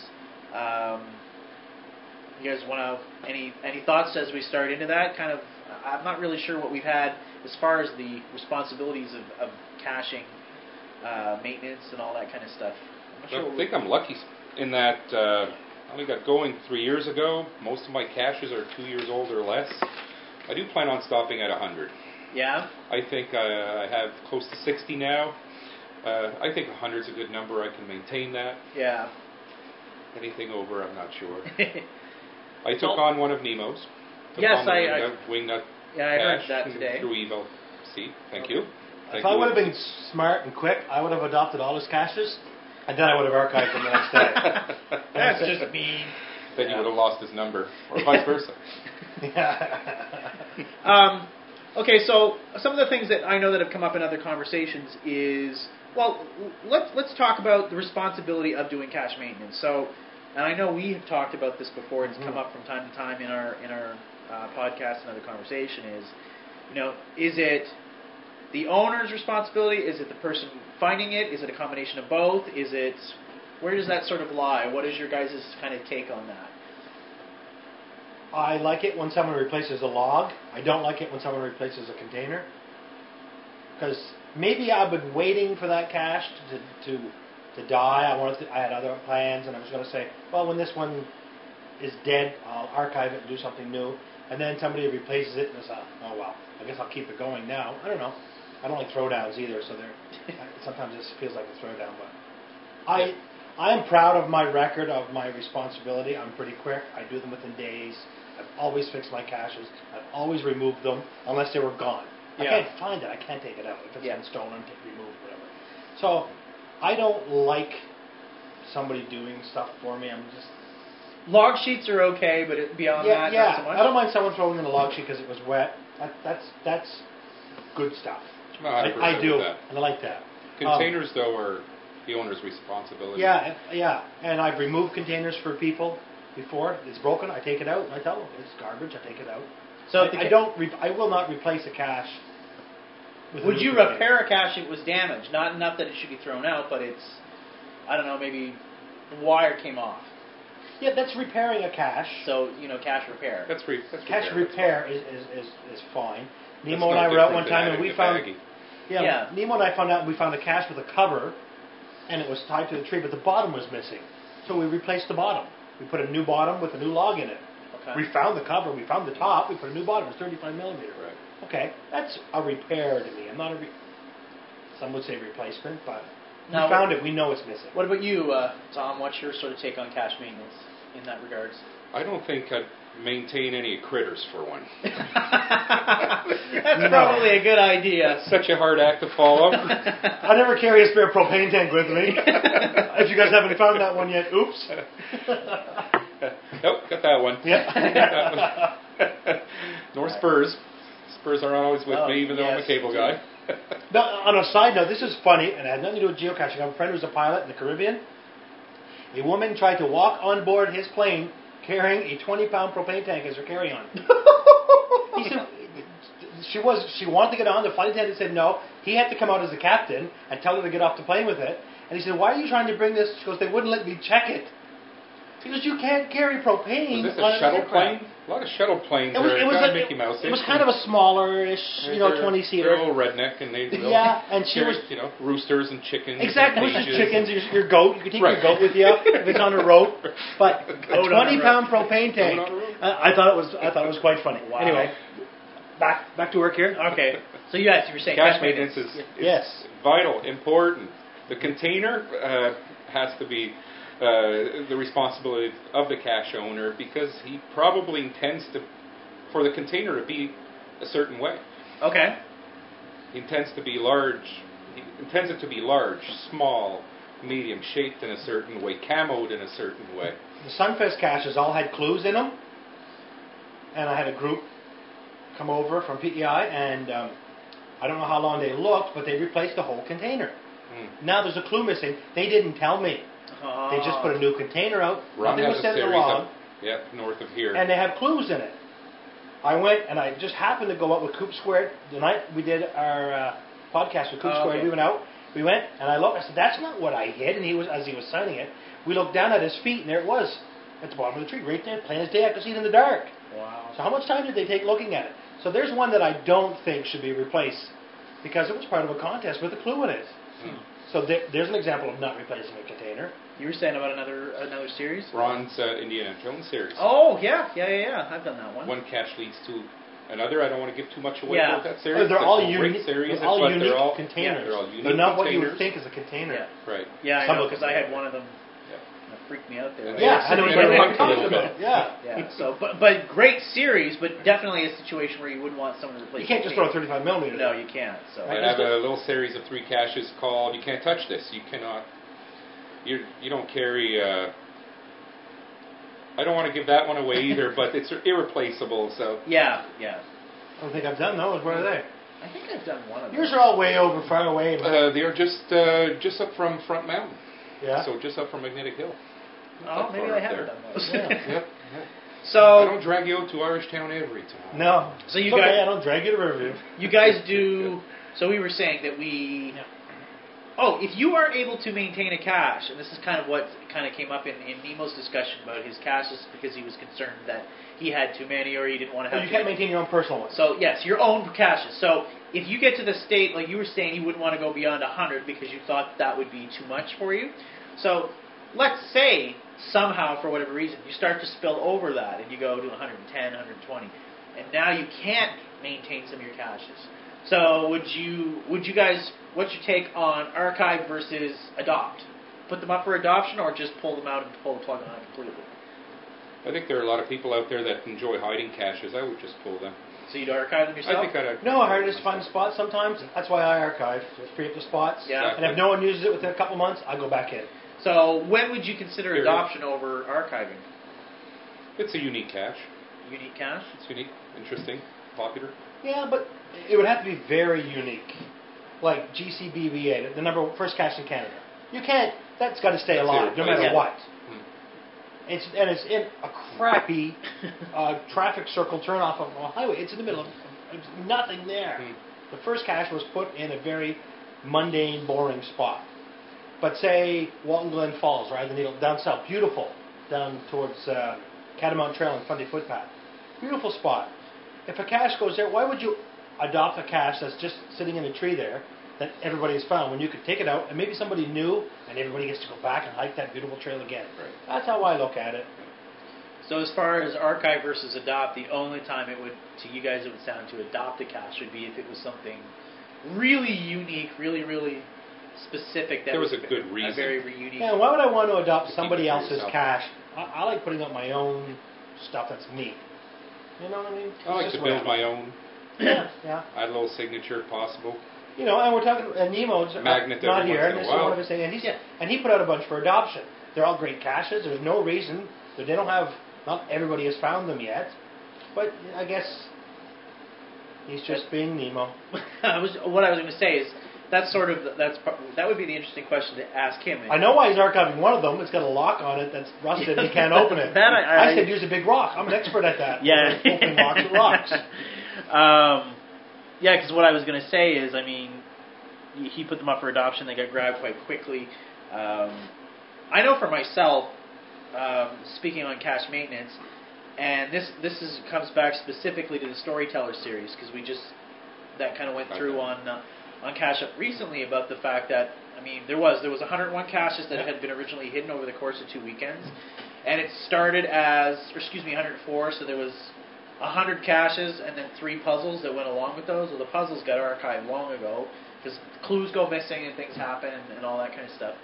Um, you guys want to any any thoughts as we start into that? Kind of, I'm not really sure what we've had as far as the responsibilities of, of caching, uh, maintenance, and all that kind of stuff. I'm not sure.
I
what
think I'm lucky in that uh, I only got going three years ago. Most of my caches are two years old or less. I do plan on stopping at 100.
we- yeah,
I think uh, I have close to 60 now. Uh, I think 100 is a good number. I can maintain that.
yeah.
Anything over, I'm not sure.
yeah,
I took
Well-
on one of Nemo's. Took
Yes,
on the
I-
wingnut, wingnut
I heard
cache
that today.
through Evo. See, thank you. They
If I
do
would
it.
have been smart and quick, I would have adopted all his caches, and then I would have archived them the next day.
That's just mean.
Then you would have lost his number, or vice versa.
Um, okay, so some of the things that I know that have come up in other conversations is well, l- let's let's talk about the responsibility of doing cash maintenance. So, and I know we have talked about this before; it's come
Mhm.
up from time to time in our in our uh, podcast and other conversation. Is you know, is it the owner's responsibility? Is it the person finding it? Is it a combination of both? Is it where does that sort of lie? What is your guys' kind of take on that?
I like it when someone replaces a log. I don't like it when someone replaces a container. Because maybe I've been waiting for that cache to, to, to die. I wanted to, I had other plans, and I was going to say, well, when this one is dead, I'll archive it and do something new. And then somebody replaces it, and it's like, oh, well, I guess I'll keep it going now. I don't know. I don't like throwdowns either, so they're, sometimes it feels like a throwdown. But I, I'm proud of my record of my responsibility. I'm pretty quick. I do them within days. I've always fixed my caches. I've always removed them unless they were gone.
Yeah.
I can't find it. I can't take it out if it's
Yeah.
been stolen, t- removed, whatever. So I don't like somebody doing stuff for me. I'm just
Log sheets are okay, but it, beyond
yeah,
that,
yeah.
not so much.
I don't mind someone throwing in a log sheet because it was wet. That, that's that's good stuff.
No, I agree
I, I
with
do,
that.
and I like that. Um,
Containers, though, are the owner's responsibility.
Yeah, and- yeah. And I've removed containers for people before. It's broken. I take it out. and I tell them it's garbage. I take it out.
So
I,
if the
I
ca-
don't. Re- I will not replace a cache. with a
Would
new
you
container.
repair a cache if it was damaged? Not enough that it should be thrown out, but it's, I don't know, maybe the wire came off.
Yeah, that's repairing a cache.
So, you know, cache repair.
That's, re- that's
cache
repair. that's
repair is, is, is, is fine.
fine.
Nemo
That's no
and I were out
different
one
than
time and
adding
we
a
found
baggie.
yeah,
Yeah.
Nemo and I found out we found a cache with a cover, and it was tied to the tree, but the bottom was missing. So we replaced the bottom. We put a new bottom with a new log in it.
Okay.
We found the cover, we found the top, we put a new bottom. It's 35 millimeter.
Right.
Okay, that's a repair to me. I'm not a. Re- Some would say replacement, but
Now-
we found it. We know it's missing.
What about you, uh, Tom? What's your sort of take on cache maintenance in that regards?
I don't think I'd maintain any critters for one.
That's
No.
probably a good idea.
Such a hard act to follow.
I never carry a spare propane tank with me. if you guys haven't found that one yet, oops.
nope, got that one.
yeah.
Nor Spurs. Spurs aren't always with
Oh,
me, even though I'm a
yes.
cable guy.
Now, on a side note, this is funny, and it had nothing to do with geocaching. I have a friend who's a pilot in the Caribbean. A woman tried to walk on board his plane carrying a 20-pound propane tank as her carry-on. He said she was she wanted to get on. The flight attendant said no. He had to come out as the captain and tell her to get off the plane with it. And he said, "Why are you trying to bring this?" She goes, "They wouldn't let me check it." Because you can't carry propane.
Was this
on
a
an
shuttle
aircraft."
plane? A lot of shuttle planes.
It was.
are
It was,
got
a,
Mickey Mouse.
it was kind of a smaller-ish, you know,
They're
twenty-seater.
all redneck, and they they'll
Yeah, and she
carry,
was-
you know roosters and chickens.
Exactly.
and
Which
cages.
chickens, your, your goat. You can take
Right.
your goat with you if it's on a rope. But a
Goat on a
twenty-pound propane tank.
Goat
uh,
on a rope.
I, I thought it was. I thought it was quite funny.
Wow.
Anyway, back back to work here.
okay. So, yes, you were saying
Cash maintenance is, is
Yes.
vital, important. The container uh, has to be uh, the responsibility of the cash owner because he probably intends to, for the container to be a certain way.
Okay.
He intends to be large. He intends it to be large, small, medium, shaped in a certain way, camoed in a certain way.
the Sunfest caches all had clues in them, and I had a group come over from PEI, and um, I don't know how long they looked, but they replaced the whole container.
Mm.
Now there's a clue missing. They didn't tell me. They just
Ah.
put a new container out.
Ron
nothing
has
was
a
said in the
series
log,
up, yep, north of here.
and they have clues in it. I went and I just happened to go out with Coop Square the night we did our uh, podcast with Coop
Oh,
Square.
okay.
We went out. We went and I looked. I said, "That's not what I hid." And he was as he was signing it. We looked down at his feet, and there it was at the bottom of the tree, right there, plain as day. I could see it in the dark.
Wow.
So how much time did they take looking at it? So there's one that I don't think should be replaced because it was part of a contest with a clue in it.
Hmm.
So there, there's an example of not replacing a container.
You were saying about another another series?
Ron's uh, Indiana Jones series.
Oh, yeah. Yeah, yeah, yeah. I've done that one.
One catch leads to another. I don't want to give too much away
Yeah.
about that series.
they're
It's
all
a great
unique.
Series,
they're all
but
unique
they're all,
containers.
they're all unique
not what you would
containers.
think is a container.
Yeah.
Right.
Yeah, I
Some
know
of
because
them.
I had one of them That freaked me out there.
And
right?
they
Yeah, I know
actually
exactly
interlinked
what you're
a
talking
little bit.
about. Yeah.
Yeah, so but but great series, but definitely a situation where you wouldn't want someone to replace.
You can't just
Kane.
throw a 35 millimeter.
No, you can't. So
And I have a little series of three caches called "You Can't Touch This." You cannot. You you don't carry. Uh, I don't want to give that one away either, but it's irreplaceable. So
yeah, yeah.
I don't think I've done those. Where are they?
I think I've done one of
Yours
those.
are all way over, far away. But
uh, they are just uh, just up from Front Mountain.
yeah.
So just up from Magnetic Hill. Not
Oh,
that
maybe
far
I
up
haven't
there.
done those.
Yeah.
Yep. yep. I
So
don't drag you out to Irish Town every time.
no.
So you
It's okay,
got-
I don't drag you to Riverview.
you guys do. So we were saying that we. Oh, if you aren't able to maintain a cache, and this is kind of what kind of came up in, in Nemo's discussion about his caches because he was concerned that he had too many or he didn't want to have.
But Oh, you
too
can't
many.
maintain your own personal ones.
So yes, your own caches. So if you get to the state, like you were saying, you wouldn't want to go beyond 100 because you thought that would be too much for you. So let's say somehow, for whatever reason, you start to spill over that and you go to 110, 120, and now you can't maintain some of your caches. So would you would you guys what's your take on archive versus adopt? Put them up for adoption or just pull them out and pull the plug on it completely?
I think there are a lot of people out there that enjoy hiding caches. I would just pull them.
So you'd archive them yourself?
I think I'd.
No, hard to find spots sometimes. That's why I archive. Just free up the spots.
Yeah.
And if no one uses it within a couple months, I go back in.
So when would you consider
Period.
adoption over archiving?
It's a unique cache.
Unique cash?
It's unique, interesting, popular.
Yeah, but it would have to be very unique, like GCBVA, the number first cache in Canada. You can't. That's got to stay
That's
alive, no matter
irreplaceable.
what.
Hmm.
It's and it's in a crappy uh, traffic circle turnoff of a highway. It's in the middle of there's nothing there.
Mm.
The first cache was put in a very mundane, boring spot. But say Walton Glen Falls, right? The needle down south, beautiful, down towards uh, Catamount Trail and Fundy Footpath, beautiful spot. If a cache goes there, why would you adopt a cache that's just sitting in a tree there that everybody has found when you could take it out and maybe somebody new and everybody gets to go back and hike that beautiful trail again?
Right.
That's how I look at it.
So as far as archive versus adopt, the only time it would to you guys it would sound to adopt a cash would be if it was something really unique, really really specific. That
There was a good
A
reason.
very re- unique.
Yeah, why would I want to adopt
Keep
somebody
it for
else's
yourself.
cash? I, I like putting up my own stuff that's me. You know what I mean? It's
I like
just
to
the way
build my own.
Yeah, yeah.
Add a little signature if possible.
You know, and we're talking and Nemo's
Magnet
not
every
here,
once in a
and this is one
while.
of his things, and he's and he put out a bunch for adoption. They're all great caches. There's no reason that they don't have. Not everybody has found them yet, but I guess he's just being Nemo.
I was what I was going to say is that's sort of that's pro- that would be the interesting question to ask him.
I know why he's archiving one of them. It's got a lock on it that's rusted. and He can't open it.
That I- I-
said use a big rock. I'm an expert at that.
Yeah.
opening locks with rocks.
um, yeah, because what I was going to say is, I mean, he- he put them up for adoption. They got grabbed quite quickly. Um, I know for myself, um, speaking on cash maintenance, and this this is comes back specifically to the storyteller series because we just that kind of went through
Okay.
on uh, on cash up recently about the fact that I mean there was there was 101 caches that
Yeah.
had been originally hidden over the course of two weekends, and it started as or excuse me 104 so there was 100 caches and then three puzzles that went along with those well the puzzles got archived long ago because clues go missing and things happen and, and all that kind of stuff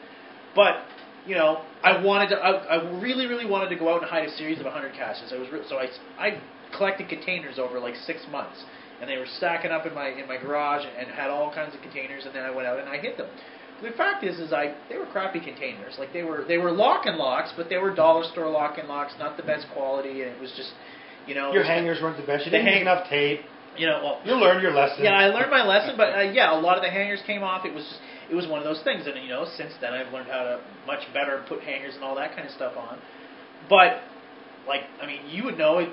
but you know I wanted to I, I really really wanted to go out and hide a series of 100 caches I was re- so I, I collected containers over like six months and they were stacking up in my in my garage and, and had all kinds of containers and then I went out and I hid them the fact is, is I they were crappy containers. Like they were they were lock and locks, but they were dollar store lock and locks, not the best quality, and it was just, you know,
Your hangers weren't the best. You
The
didn't hang
hang-
enough tape.
you know, well,
You learned your lesson.
yeah, I learned my lesson, but uh, yeah, a lot of the hangers came off. It was just it was one of those things, and you know, since then I've learned how to much better put hangers and all that kind of stuff on. But like, I mean, you would know it.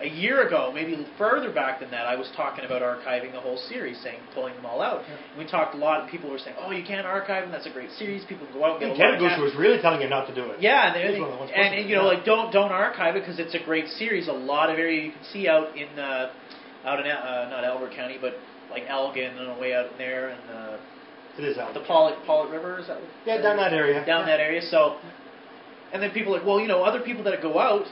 A year ago, maybe further back than that, I was talking about archiving the whole series, saying pulling them all out. We talked a lot, and people were saying, "Oh, you can't archive them. That's a great series. People can go out and get a lot of
Tentagoose
cash."
was really telling you not to do it.
Yeah, and,
He's
everything-
one of the ones
and,
pushing
and
it,
you know,
yeah.
like don't don't archive it because it's a great series. A lot of area you can see out in uh, out in uh, not Albert County, but like Elgin and way out in there, and uh,
It is out.
the Pollock Pollock River is that?
yeah, down that area.
down that area. So, and then people are like, well, you know, other people that go out,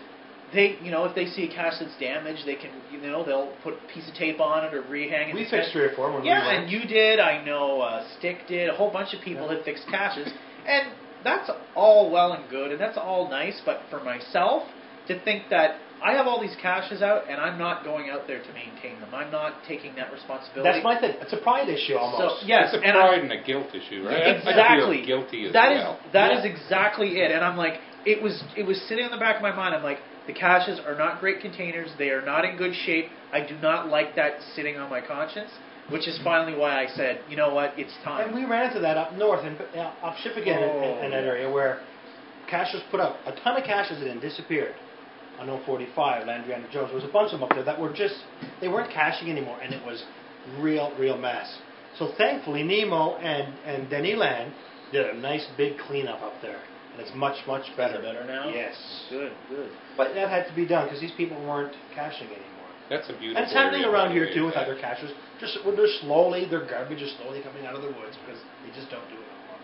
they you know, if they see a cache that's damaged, they can you know they'll put a piece of tape on it or rehang it.
We
and
fixed three or four when
yeah,
we were.
and you did. I know uh, Stick did. A whole bunch of people
Yeah.
had fixed caches, and that's all well and good, and that's all nice. But for myself, to think that I have all these caches out and I'm not going out there to maintain them, I'm not taking that responsibility.
That's my thing. It's a pride issue almost.
So yes,
it's a
and
pride
I,
and a guilt issue, right? I
exactly
feel guilty as
That is-
well.
that
Yeah.
is exactly it. And I'm like, it was it was sitting in the back of my mind. I'm like, the caches are not great containers. They are not in good shape. I do not like that sitting on my conscience, which is finally why I said, you know what, it's
And
time.
we ran into that up north in, uh, up Shippigan
Oh,
in, in
yeah.
an area where cash was put up, a ton of caches and then disappeared. On 045, Landriana Jones, there was a bunch of them up there that were just, they weren't caching anymore, and it was real, real mess. So thankfully, Nemo and, and Denny Land did a nice big cleanup up there, and it's much, much better.
better now?
Yes.
Good, good.
But that had to be done because these people weren't caching anymore.
That's a beautiful.
And it's happening
area, by
around
the
here
way,
too with
that.
other caches. Just well, they're slowly, their garbage is slowly coming out of the woods because they just don't do it anymore.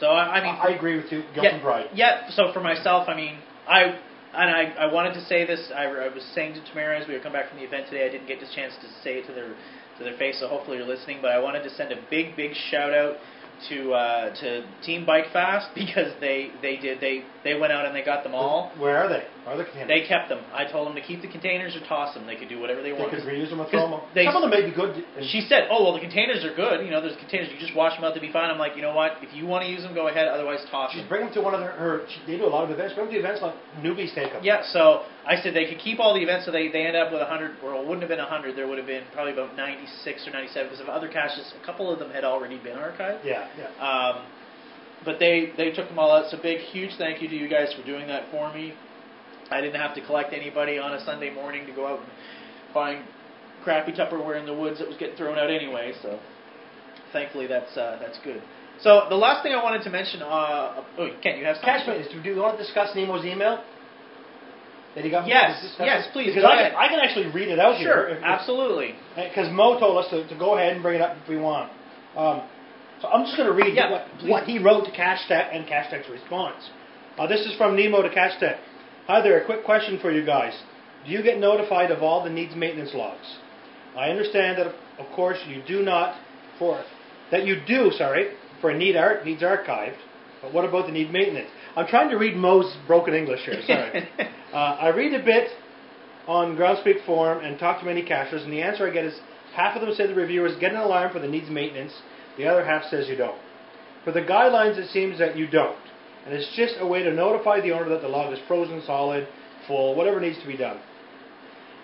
So I, I mean,
I, I agree with you, guilt
yeah,
and pride.
yeah. So for myself, I mean, I and I, I wanted to say this. I, I was saying to Tamara as we were coming back from the event today. I didn't get the chance to say it to their to their face. So hopefully you're listening. But I wanted to send a big big shout out to uh, to Team Bike Fast because they they did they they went out and they got them all.
Where are they? Where are the containers?
They kept them. I told them to keep the containers or toss them. They could do whatever they
They
wanted.
could reuse them or throw them.
They-
Some of them may be good. and-
She said, "Oh well, the containers are good. You know, there's containers. You just wash them out to be fine." I'm like, you know what? If you want to use them, go ahead. Otherwise, toss
she's
them.
bring them to one of her. her she, they do a lot of events. Bring them to events like newbies take them.
Yeah, so I said they could keep all the events, so they, they end up with 100, or it wouldn't have been 100, there would have been probably about 96 or 97, because of other caches, a couple of them had already been archived.
yeah, yeah.
Um, but they, they took them all out, so big, huge thank you to you guys for doing that for me. I didn't have to collect anybody on a Sunday morning to go out and find crappy Tupperware in the woods that was getting thrown out anyway, so thankfully that's, uh, that's good. So the last thing I wanted to mention, uh, oh, Ken, you have something?
Cash maintenance. Do you want to discuss Nemo's email? That he got.
Yes,
Discuss it?
yes, please,
Because
go
I,
ahead.
Can, I can actually read it out
Sure,
here. if- if-
absolutely.
Because Mo told us to, to go ahead and bring it up if we want. Um, so I'm just going to read
Yeah,
what,
please.
what he wrote to Cash Tech and Cash Tech's response. Uh, this is from Nemo to Cash Tech. Hi there, a quick question for you guys. Do you get notified of all the needs maintenance logs? I understand that, of course, you do not for that you do. Sorry for a need art needs archived, but what about the need maintenance? I'm trying to read Mo's broken English here. Sorry. Uh, I read a bit on Groundspeak forum and talk to many cashers, and the answer I get is half of them say the reviewers get an alarm for the needs maintenance, the other half says you don't. For the guidelines, it seems that you don't, and it's just a way to notify the owner that the log is frozen, solid, full, whatever needs to be done.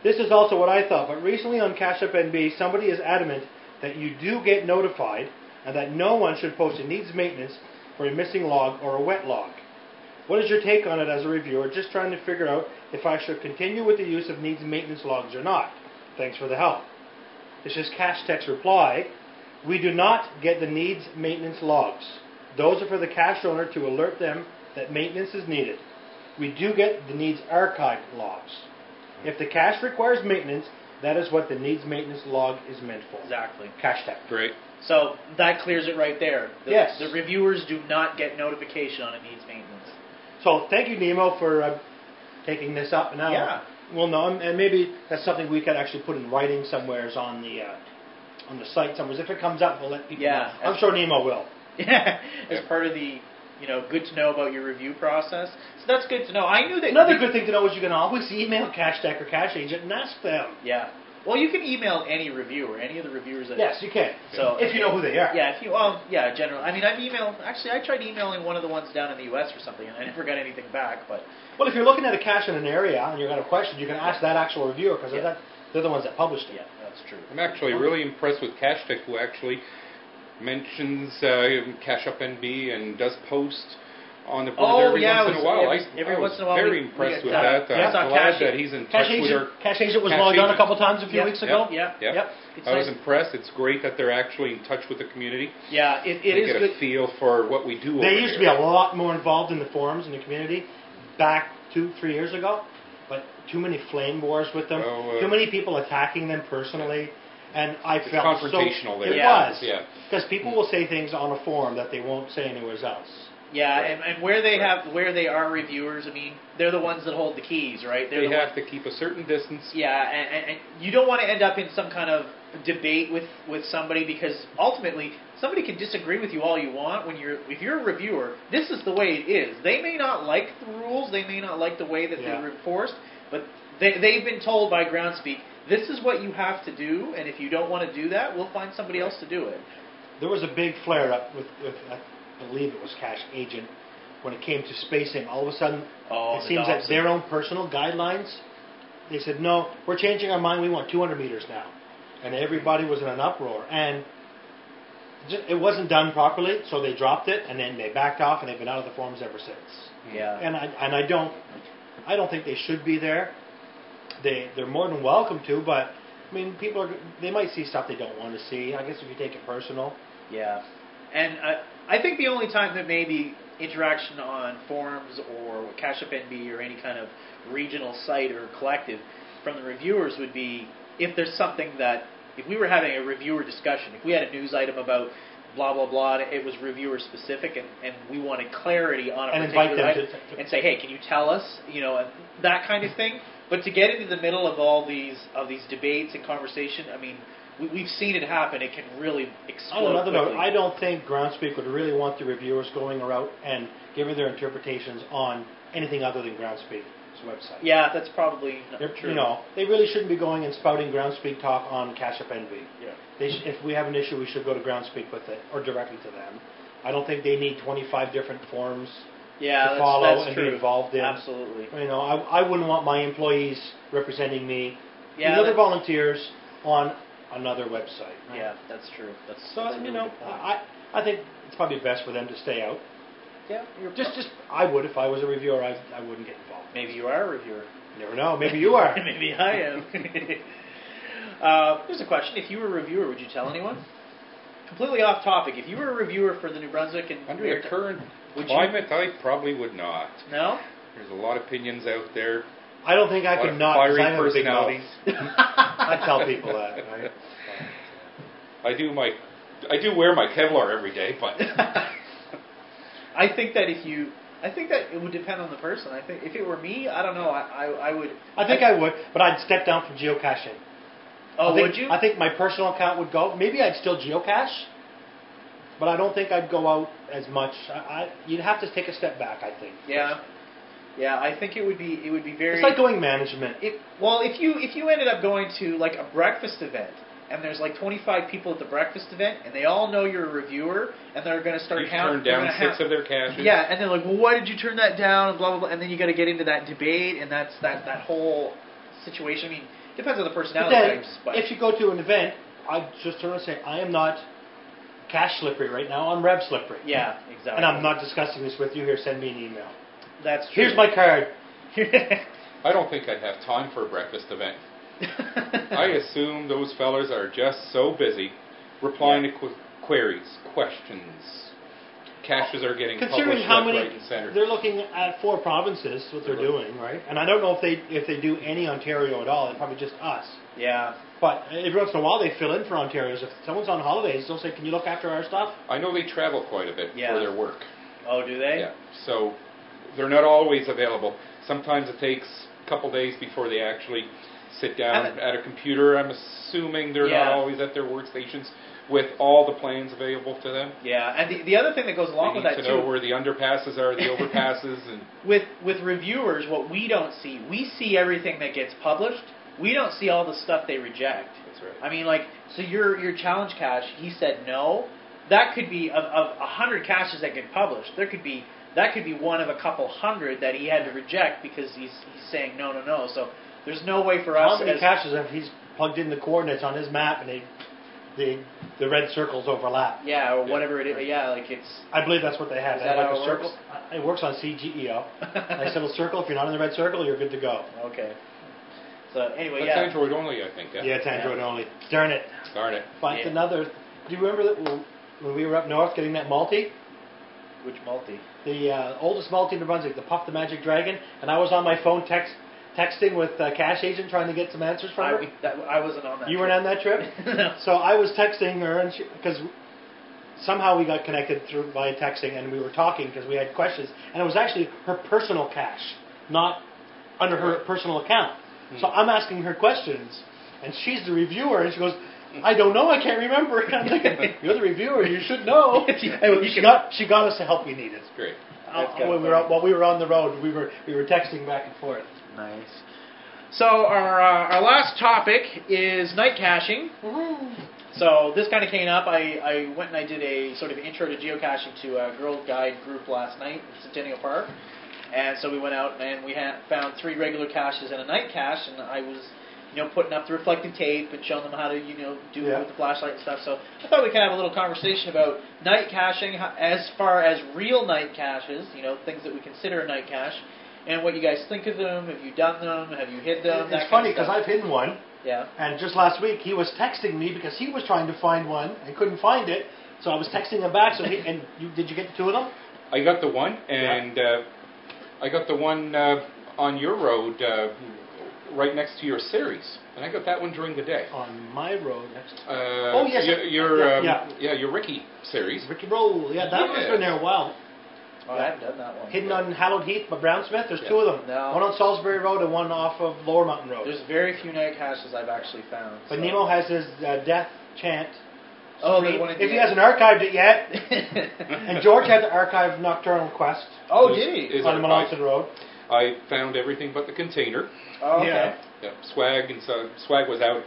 This is also what I thought, but recently on Cash App NB, somebody is adamant that you do get notified and that no one should post a needs maintenance for a missing log or a wet log. What is your take on it as a reviewer? Just trying to figure out if I should continue with the use of needs maintenance logs or not. Thanks for the help. This is Cash Tech's reply. We do not get the needs maintenance logs. Those are for the cash owner to alert them that maintenance is needed. We do get the needs archive logs. If the cash requires maintenance, that is what the needs maintenance log is meant for.
Exactly.
Cash Tech.
Great.
So that clears it right there. The,
Yes.
The reviewers do not get notification on a needs maintenance.
So thank you, Nemo, for uh, taking this up. Now,
Yeah.
Well, no, and- and maybe that's something we could actually put in writing somewheres on the uh, on the site somewhere. If it comes up, we'll let people.
Yeah.
know. I'm sure Nemo will.
Yeah. As
Yeah.
part of the, you know, good to know about your review process. So that's good to know. I knew that.
Another good thing to know is you can always email Cash Deck or Cash Agent and ask them.
Yeah. Well, you can email any reviewer, any of the reviewers. That,
Yes, you can.
So
If you know who they are.
Yeah, if you, well, yeah, generally. I mean, I've emailed, actually, I tried emailing one of the ones down in the U.S. or something, and I never got anything back, but
Well, if you're looking at a cache in an area and you got a question, you can ask that actual reviewer because
Yeah.
they're, they're the ones that published it.
yeah, that's true.
I'm actually really impressed with Cashtech, who actually mentions uh, Cash Up NB and does post on the board
Oh,
every
yeah,
once in
it
a
was-
while.
every-
I,
every
I was
once in a while
very
we- we
impressed
get
with
that.
that.
Yeah, I
I'm
saw
glad
Cash
that
Ag-
he's in touch
Cache
with
Agent,
her.
Cache Agent was
Cache
logged on a
Agent.
couple times a few
Yeah.
weeks ago.
Yeah.
Yep.
Yep.
It's
I was
nice.
impressed. It's great that they're actually in touch with the community.
Yeah, it, it
they
is
get
good.
a feel for what we do. over
They used to be
here.
a lot more involved in the forums in the community back two, three years ago, but too many flame wars with them,
Oh, uh,
too many people attacking them personally, and I
It's
felt
confrontational
so,
there.
It
Yeah.
was,
Yeah.
because people will say things on a forum that they won't say anywhere else.
Yeah,
Right.
and, and where they
Right.
have where they are reviewers, I mean, they're the ones that hold the keys, right? They're
They
the
have to keep a certain distance.
Ones, yeah, and, and, and you don't want to end up in some kind of debate with with somebody because ultimately somebody can disagree with you all you want when you're if you're a reviewer this is the way it is they may not like the rules they may not like the way that
Yeah.
they're enforced but they, they've been told by groundspeak this is what you have to do and if you don't want to do that we'll find somebody else to do it
There was a big flare up with, with I believe it was Cash Agent, when it came to spacing. All of a sudden,
Oh,
it
the
seems that
Dobson.
their own personal guidelines, they said, no, we're changing our mind. We want 200 meters now. And everybody was in an uproar. And ju- it wasn't done properly, so they dropped it, and then they backed off, and they've been out of the forums ever since.
yeah
and I and I don't I don't think they should be there. They they're more than welcome to, but I mean people are they might see stuff they don't want to see. I guess if you take it personal,
Yeah, and uh, I think the only time that maybe interaction on forums or Cash Up NB or any kind of regional site or collective from the reviewers would be if there's something that if we were having a reviewer discussion, if we had a news item about blah blah blah, and it was reviewer specific, and, and we wanted clarity on a
And invite
particular
them
item,
to- to-
and say, hey, can you tell us, you know, and that kind of thing. But to get into the middle of all these of these debates and conversation, I mean. we- We've seen it happen. It can really
Oh,
explode.
on another note,
quickly.
I don't think Groundspeak would really want the reviewers going around and giving their interpretations on anything other than Groundspeak's website.
Yeah, that's probably not
They're-
true.
You know, they really shouldn't be going and spouting Groundspeak talk on Cash Up NV.
Yeah.
They sh- if we have an issue, we should go to Groundspeak with it or directly to them. I don't think they need 25 different forms
Yeah,
to
that's,
follow
that's
and be
true.
involved in.
Absolutely.
You know, I, I wouldn't want my employees representing me,
Yeah,
and other
that-
volunteers on another website. right?
Yeah, that's true. That's,
So
that's a
you
really
know,
good point.
I I think it's probably best for them to stay out.
yeah, you're
Just just I would if I was a reviewer, I I wouldn't get involved.
maybe you are a reviewer.
You never know. Maybe you are.
maybe I am. uh, here's a question: If you were a reviewer, would you tell anyone? Completely off topic. If you were a reviewer for the New Brunswick and
Under the current
Would you-
climate, I probably would not.
no,
There's a lot of opinions out there.
I don't think
A
I
lot
could
of
not. 'cause
fiery
I have a big mouth.
personalities.
I tell people that. Right?
I do my, I do wear my Kevlar every day, but
I think that if you, I think that it would depend on the person. I think if it were me, I don't know. I I, I would.
I think I would, but I'd step down from geocaching.
Oh,
I think,
would you?
I think my personal account would go. Maybe I'd still geocache, but I don't think I'd go out as much. I, I you'd have to take a step back. I think.
Yeah, yeah. I think it would be it would be very.
It's like going management.
If, well, if you if you ended up going to like a breakfast event and there's like 25 people at the breakfast event and they all know you're a reviewer and they're going to start
you
counting.
turn down six of their caches.
Yeah, and they're like, well, why did you turn that down? And blah blah blah. And then you got to get into that debate and that's that that whole situation. I mean, depends on the
But
personality
then,
types, but
if you go to an event, I'd just turn and say, I am not cash slippery right now. I'm rev slippery.
yeah, exactly.
And I'm not discussing this with you here. Send me an email.
That's true.
Here's my card.
I don't think I'd have time for a breakfast event. I assume those fellas are just so busy replying to qu- queries, questions. Caches are getting
Considering
published
how
left,
many
right, and center.
they're looking at four provinces, what they're doing, right? And I don't know if they if they do any Ontario at all. It's probably just us.
yeah.
But every once in a while, they fill in for Ontario's. If someone's on holidays, they'll say, "Can you look after our stuff?"
I know they travel quite a bit
Yeah.
for their work.
Oh, do they?
Yeah. So they're not always available. Sometimes it takes a couple days before they actually sit down
Haven't-
at a computer. I'm assuming they're
Yeah.
not always at their workstations with all the plans available to them.
Yeah, and the, the other thing that goes along
they
with
need
that
to
too,
know where the underpasses are, the overpasses, and
with with reviewers, what we don't see, we see everything that gets published. We don't see all the stuff they reject.
that's right.
I mean, like, so your your challenge cache, he said no. That could be of of a hundred caches that get published. There could be that could be one of a couple hundred that he had to reject because he's he's saying no, no, no. So there's no way for
How
us.
many
as-
caches have he's plugged in the coordinates on his map, and they, the the red circles overlap?
yeah, or
Yeah,
whatever it is.
right.
Yeah, like it's.
I believe that's what they have.
Is
they have
that
like
how
a
it
circle.
works?
I- It works on E CGEO. nice little circle. If you're not in the red circle, you're good to go.
okay. So anyway,
That's
yeah.
Android only, I think.
Yeah,
Yeah.
it's Android only. Darn it!
Darn it.
But it's
Yeah.
another. Do you remember that when- when we were up north getting that multi?
Which multi?
the uh, oldest multi in New Brunswick, the Puff the Magic Dragon, and I was on my phone text texting with uh, cash agent trying to get some answers from her.
I, that, I wasn't on that.
You weren't on that trip,
No.
so I was texting her, and because somehow we got connected through by texting, and we were talking because we had questions, and it was actually her personal cash, not under her personal account. So I'm asking her questions, and she's the reviewer, and she goes, I don't know. I can't remember. I'm thinking, you're the reviewer. You should know. Anyway, she got she got us the help we needed.
Great.
Uh,
That's kinda
when we were
funny.
out, while we were on the road, we were we were texting back and forth.
Nice. So our uh, our last topic is night caching. So this kind of came up. I, I went and I did a sort of intro to geocaching to a girl guide group last night in Centennial Park, and so we went out and we had found three regular caches and a night cache, and I was you know putting up the reflective tape and showing them how to you know do it
Yeah.
with the flashlight and stuff. So I thought we could have a little conversation about night caching ho- as far as real night caches, you know things that we consider a night cache, and what you guys think of them. Have you done them? Have you hid them?
it's funny because I've hidden one,
yeah.
and just last week he was texting me because he was trying to find one and couldn't find it. So I was texting him back. So he, and you did you get the two of them?
I got the one, and uh, I got the one uh, on your road, uh, right next to your series, and I got that one during the day.
on my road next
Uh,
Oh, yes,
your, your
yeah,
um,
yeah.
your Ricky series.
to Ricky Roll. Yeah, that one's
Yeah.
been there a while.
Oh, I haven't done that one.
Hidden on Hallowed Heath by Brown Smith. There's
Yeah.
two of them.
No.
One on Salisbury Road and one off of Lower Mountain Road.
There's very few night caches I've actually found.
but
so-
Nemo has his uh, death chant.
Oh, the
scream.
one at the
if he
end.
hasn't archived it yet. And George had to archive Nocturnal Quest
oh,
Is-
did he?
is- His
on
archive.
Monalton Road.
I found everything but the container.
oh, okay.
Yeah.
Yeah, swag and so swag was out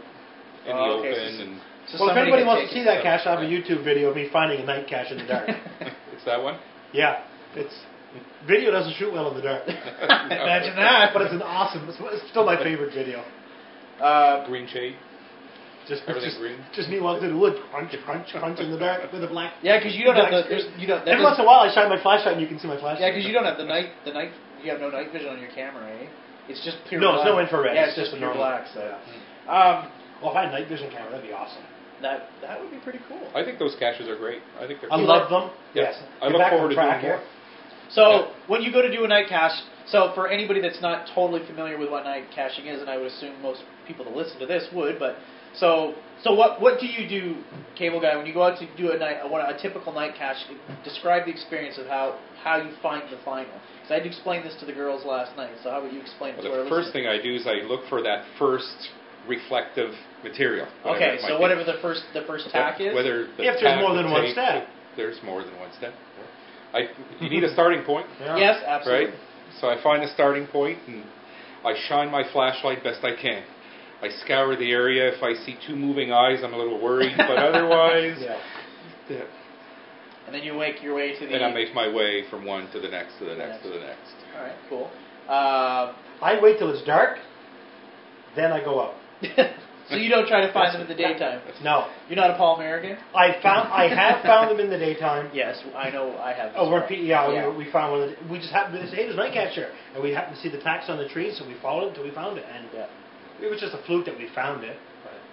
in the
Oh, okay, so
open,
s-
and
So
well, if
somebody
anybody
could
wants to
take it.
see that cache, I have a YouTube video of me finding a night cache in the dark.
it's that one.
yeah, it's video doesn't shoot well in the dark.
Imagine that.
but it's an awesome. It's, it's still my favorite video.
Uh,
Green shade.
Just
Everything
just,
green.
Just me walking through the woods, crunch, crunch, crunch in the dark with a black.
yeah, because you don't have the
black
there's,
screen.
you don't that
Every once
doesn't-
in a while, I shine my flashlight and you can see my flashlight.
yeah because you don't have the night the night you have no night vision on your camera, eh? It's just pure.
No,
black.
it's no infrared.
Yeah, it's,
It's
just
just a
pure
normal-
black. So, um,
Well, if I had a night vision camera, that'd be awesome.
that that would be pretty cool.
I think those caches are great. I think they're.
I
cool.
love them.
Yeah.
Yes.
I
Get
look
back on
forward to
track
doing more.
here.
So when you go to do a night cache, so for anybody that's not totally familiar with what night caching is, and I would assume most people that listen to this would, but so so what what do you do, cable guy, when you go out to do a night a, what- a typical night cache? Describe the experience of how how you find the final. Because I had to explain this to the girls last night. So how would you explain it to
Well,
our
the first
listeners?
thing I do is I look for that first reflective material. whatever
Okay,
it might
so
be.
whatever the first the first tack is.
Whether the
If there's
tack,
more
the
than one
tape,
step.
there's more than one step. I, you need a starting point,
Yeah.
yes, absolutely.
right? So I find a starting point and I shine my flashlight best I can. I scour the area. If I see two moving eyes, I'm a little worried, but otherwise,
Yeah.
yeah.
And then you make your way to the.
and I make my way from one to the next to the next to the next.
All right, cool. Uh,
I wait till it's dark, then I go out.
so you don't try to find them in the daytime.
No,
You're not a Paul American.
I found I have found them in the daytime.
Yes, I know I have.
Over at PEI,
Yeah.
we, we found one. Of the, we just happened to say, "Hey, there's a night catcher," and we happened to see the tax on the tree, so we followed it until we found it, and
Yeah.
it was just a fluke that we found it.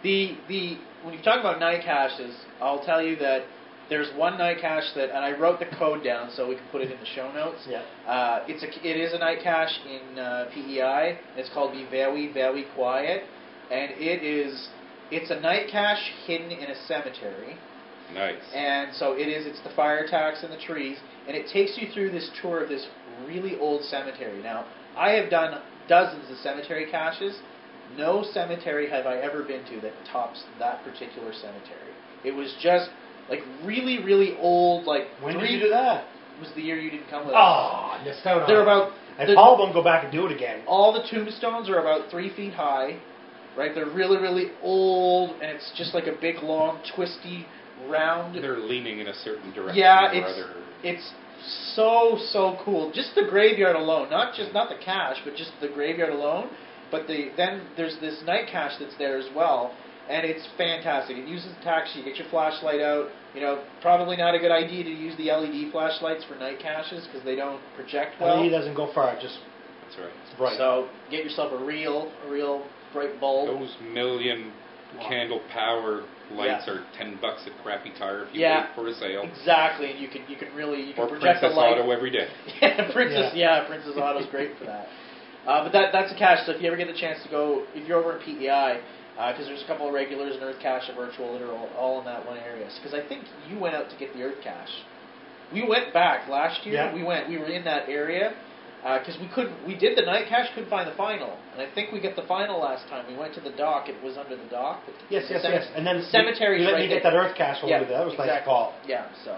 The the when you talk about night caches, I'll tell you that there's one night cache that, and I wrote the code down so we can put it in the show notes.
Yeah.
Uh, it's a it is a night cache in uh, PEI. It's called Be Very Very Quiet, and it is it's a night cache hidden in a cemetery.
Nice.
And so it is. It's the fire attacks and the trees, and it takes you through this tour of this really old cemetery. Now, I have done dozens of cemetery caches. No cemetery have I ever been to that tops that particular cemetery. It was just like really, really old. Like
When
three
did you do that?
was the year you didn't come with us.
Oh, I missed out on.
They're
it.
about
And
the-
Paul won't go back and do it again.
all the tombstones are about three feet high, right? They're really, really old, and it's just like a big, long, twisty, round
They're leaning in a certain direction
Yeah,
or
it's-
other.
It's so so cool. Just the graveyard alone, not just not the cache, but just the graveyard alone. But the then there's this night cache that's there as well, and it's fantastic. It uses the tax sheet. Get your flashlight out. You know, probably not a good idea to use the LED flashlights for night caches because they don't project well.
he doesn't go far. Just
That's right.
bright.
So get yourself a real a real bright bulb.
Those million candle power lights are ten bucks at crappy tire if you
Yeah.
wait for a sale.
Exactly, and you can you can really you can
Or
project
Princess
the light.
Auto every day.
Yeah, Princess. Yeah, Princess Auto's great for that. Uh, but that that's a cache. So if you ever get the chance to go, if you're over in E PEI, because uh, there's a couple of regulars and Earth Cache and Virtual that are all, all in that one area. Because I think you went out to get the Earth Cache. We went back last year.
Yeah.
We went. We were in that area, because we could we did the night cash couldn't find the final and I think we got the final last time we went to the dock it was under the dock but
Yes,
the
yes,
cem-
yes. And then
cemetery
You let
right
me get
there.
that Earth Castle
Yeah,
over there. That was nice
exactly.
call.
yeah so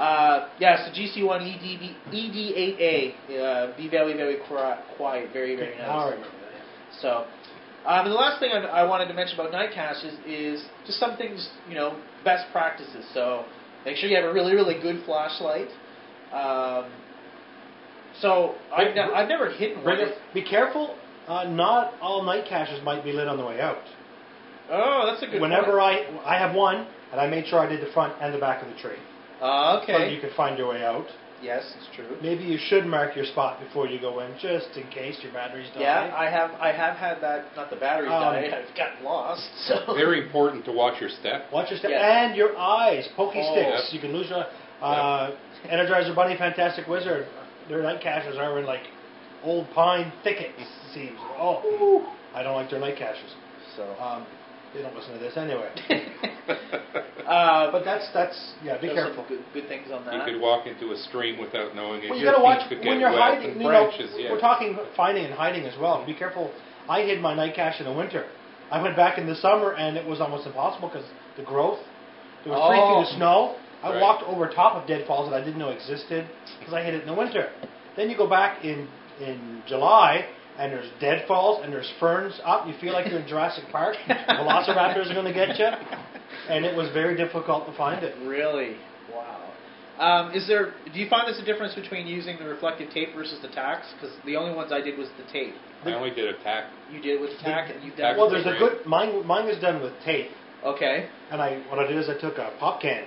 uh, yeah so GC one E EDB ED8A uh, be very very qui- quiet very very nice
Now I remember that.
so, um, and the last thing I, I wanted to mention about Nightcast is, is just some things, you know, best practices. So, make sure you have a really, really good flashlight. Um, so, I've, ne- I've never hidden one.
Bring it- Be careful. Uh, not all night caches might be lit on the way out.
Oh, that's a good
Whenever
point.
I I have one, and I made sure I did the front and the back of the tree,
Uh,
so you
okay.
could find your way out.
Yes, it's true.
Maybe you should mark your spot before you go in, just in case your batteries die.
Yeah, I have I have had that, not the battery
Um,
die, I've gotten lost. So.
Oh. Very important to watch your step.
Watch your step
Yeah.
and your eyes. Pokey
Oh.
sticks. You can lose your uh, Energizer Bunny, Fantastic Wizard. Their night caches are in like old pine thickets. It seems. Oh, I don't like their night caches.
So.
Um, they don't listen to this anyway.
uh,
But
but
that's that's yeah. Be
there's
careful.
some good, good things on that.
You could walk into a stream without knowing it.
Well, you
Your
gotta
feet
watch
could
when
get
you're
wet
hiding.
and
You know,
branches, yeah.
we're talking finding and hiding as well. Be careful. I hid my night cache in the winter. I went back in the summer and it was almost impossible because the growth. There was
Oh.
three feet of snow. I
Right.
walked over top of deadfalls that I didn't know existed because I hid it in the winter. Then you go back in in July and there's deadfalls and there's ferns up. You feel like you're in Jurassic Park. Velociraptors are going to get you, and it was very difficult to find it.
Really? Wow. Um, is there? Do you find there's a difference between using the reflective tape versus the tacks? Because the only ones I did was the tape.
I only did a tack.
You did it with the tack, and you did.
Tack
it
Well,
with
there's a
Great.
good mine. Mine was done with tape.
the- Okay.
And I, what I did is I took a pop can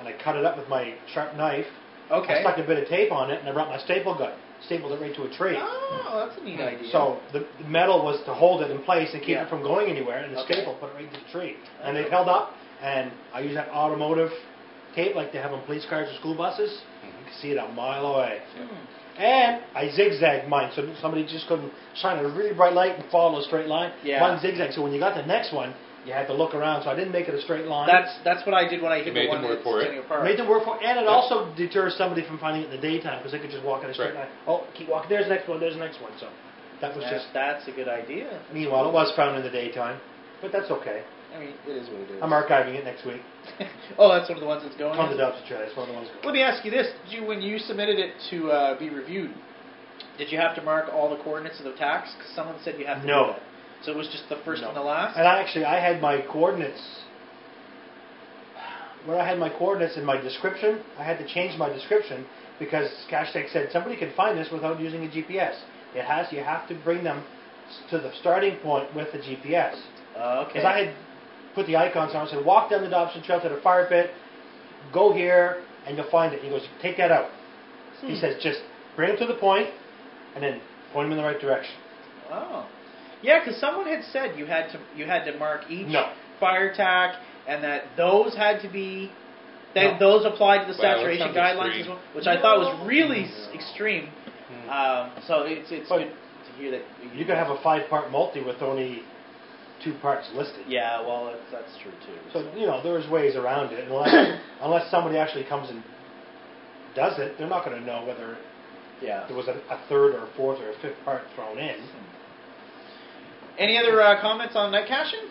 and I cut it up with my sharp knife. I
Okay.
stuck a bit of tape on it and I brought my staple gun, stapled it right to a tree.
Oh, that's a
Hmm.
neat idea.
So the, the metal was to hold it in place and keep
Yeah.
it from going anywhere, and the
Okay.
staple put it right to the tree. And
Okay.
it held up, and I use that automotive tape like they have on police cars or school buses.
Mm-hmm.
You can see it a mile away.
Hmm.
And I zigzagged mine, so somebody just couldn't shine a really bright light and follow a straight line.
Yeah.
One zigzag. So when you got the next one, you had to look around. So I didn't make it a straight line.
that's that's what I did when I hit
made
the one
them work
that's
for it.
standing apart.
Made them work for, and it
Yeah.
also deters somebody from finding it in the daytime because they could just walk in a straight
Right.
line. Oh, keep walking. There's the next one. There's the next one. So that was
That's,
just.
that's a good idea.
Meanwhile, it was found in the daytime, but that's okay.
I mean, it is what it is.
I'm archiving it next week.
oh, that's one of the ones that's going.
Come to
in?
Dubs Chat. It's one of the ones.
Let me ask you this: Did you, when you submitted it to uh, be reviewed, did you have to mark all the coordinates of the tax? Because someone said you have to.
No.
Do that. So it was just the first
No.
and the last.
And I actually, I had my coordinates. Where I had my coordinates in my description, I had to change my description because Cashtag said somebody can find this without using a GPS. It has you have to bring them s- to the starting point with the GPS.
Uh, okay.
Because I had put the icons on and said, walk down the Dobson Trail to the fire pit, go here, and you'll find it. He goes, take that out. He says, just bring them to the point, and then point them in the right direction.
Oh, yeah, because someone had said you had to you had to mark each
No.
fire attack, and that those had to be that
No.
those applied to the
Wow, that
saturation
sounds
guidelines as
extreme.
well, which I thought was
No.
really s extreme.
Hmm.
Uh,
Um, so it's it's
But
good to hear that
Oh. You could have a five-part multi with only two parts listed.
yeah. Well, that's, that's true too.
So, you know, there's ways around it. Unless, unless somebody actually comes and does it, they're not going to know whether
yeah.
there was a, a third or a fourth or a fifth part thrown in.
Any other uh, comments on night caching?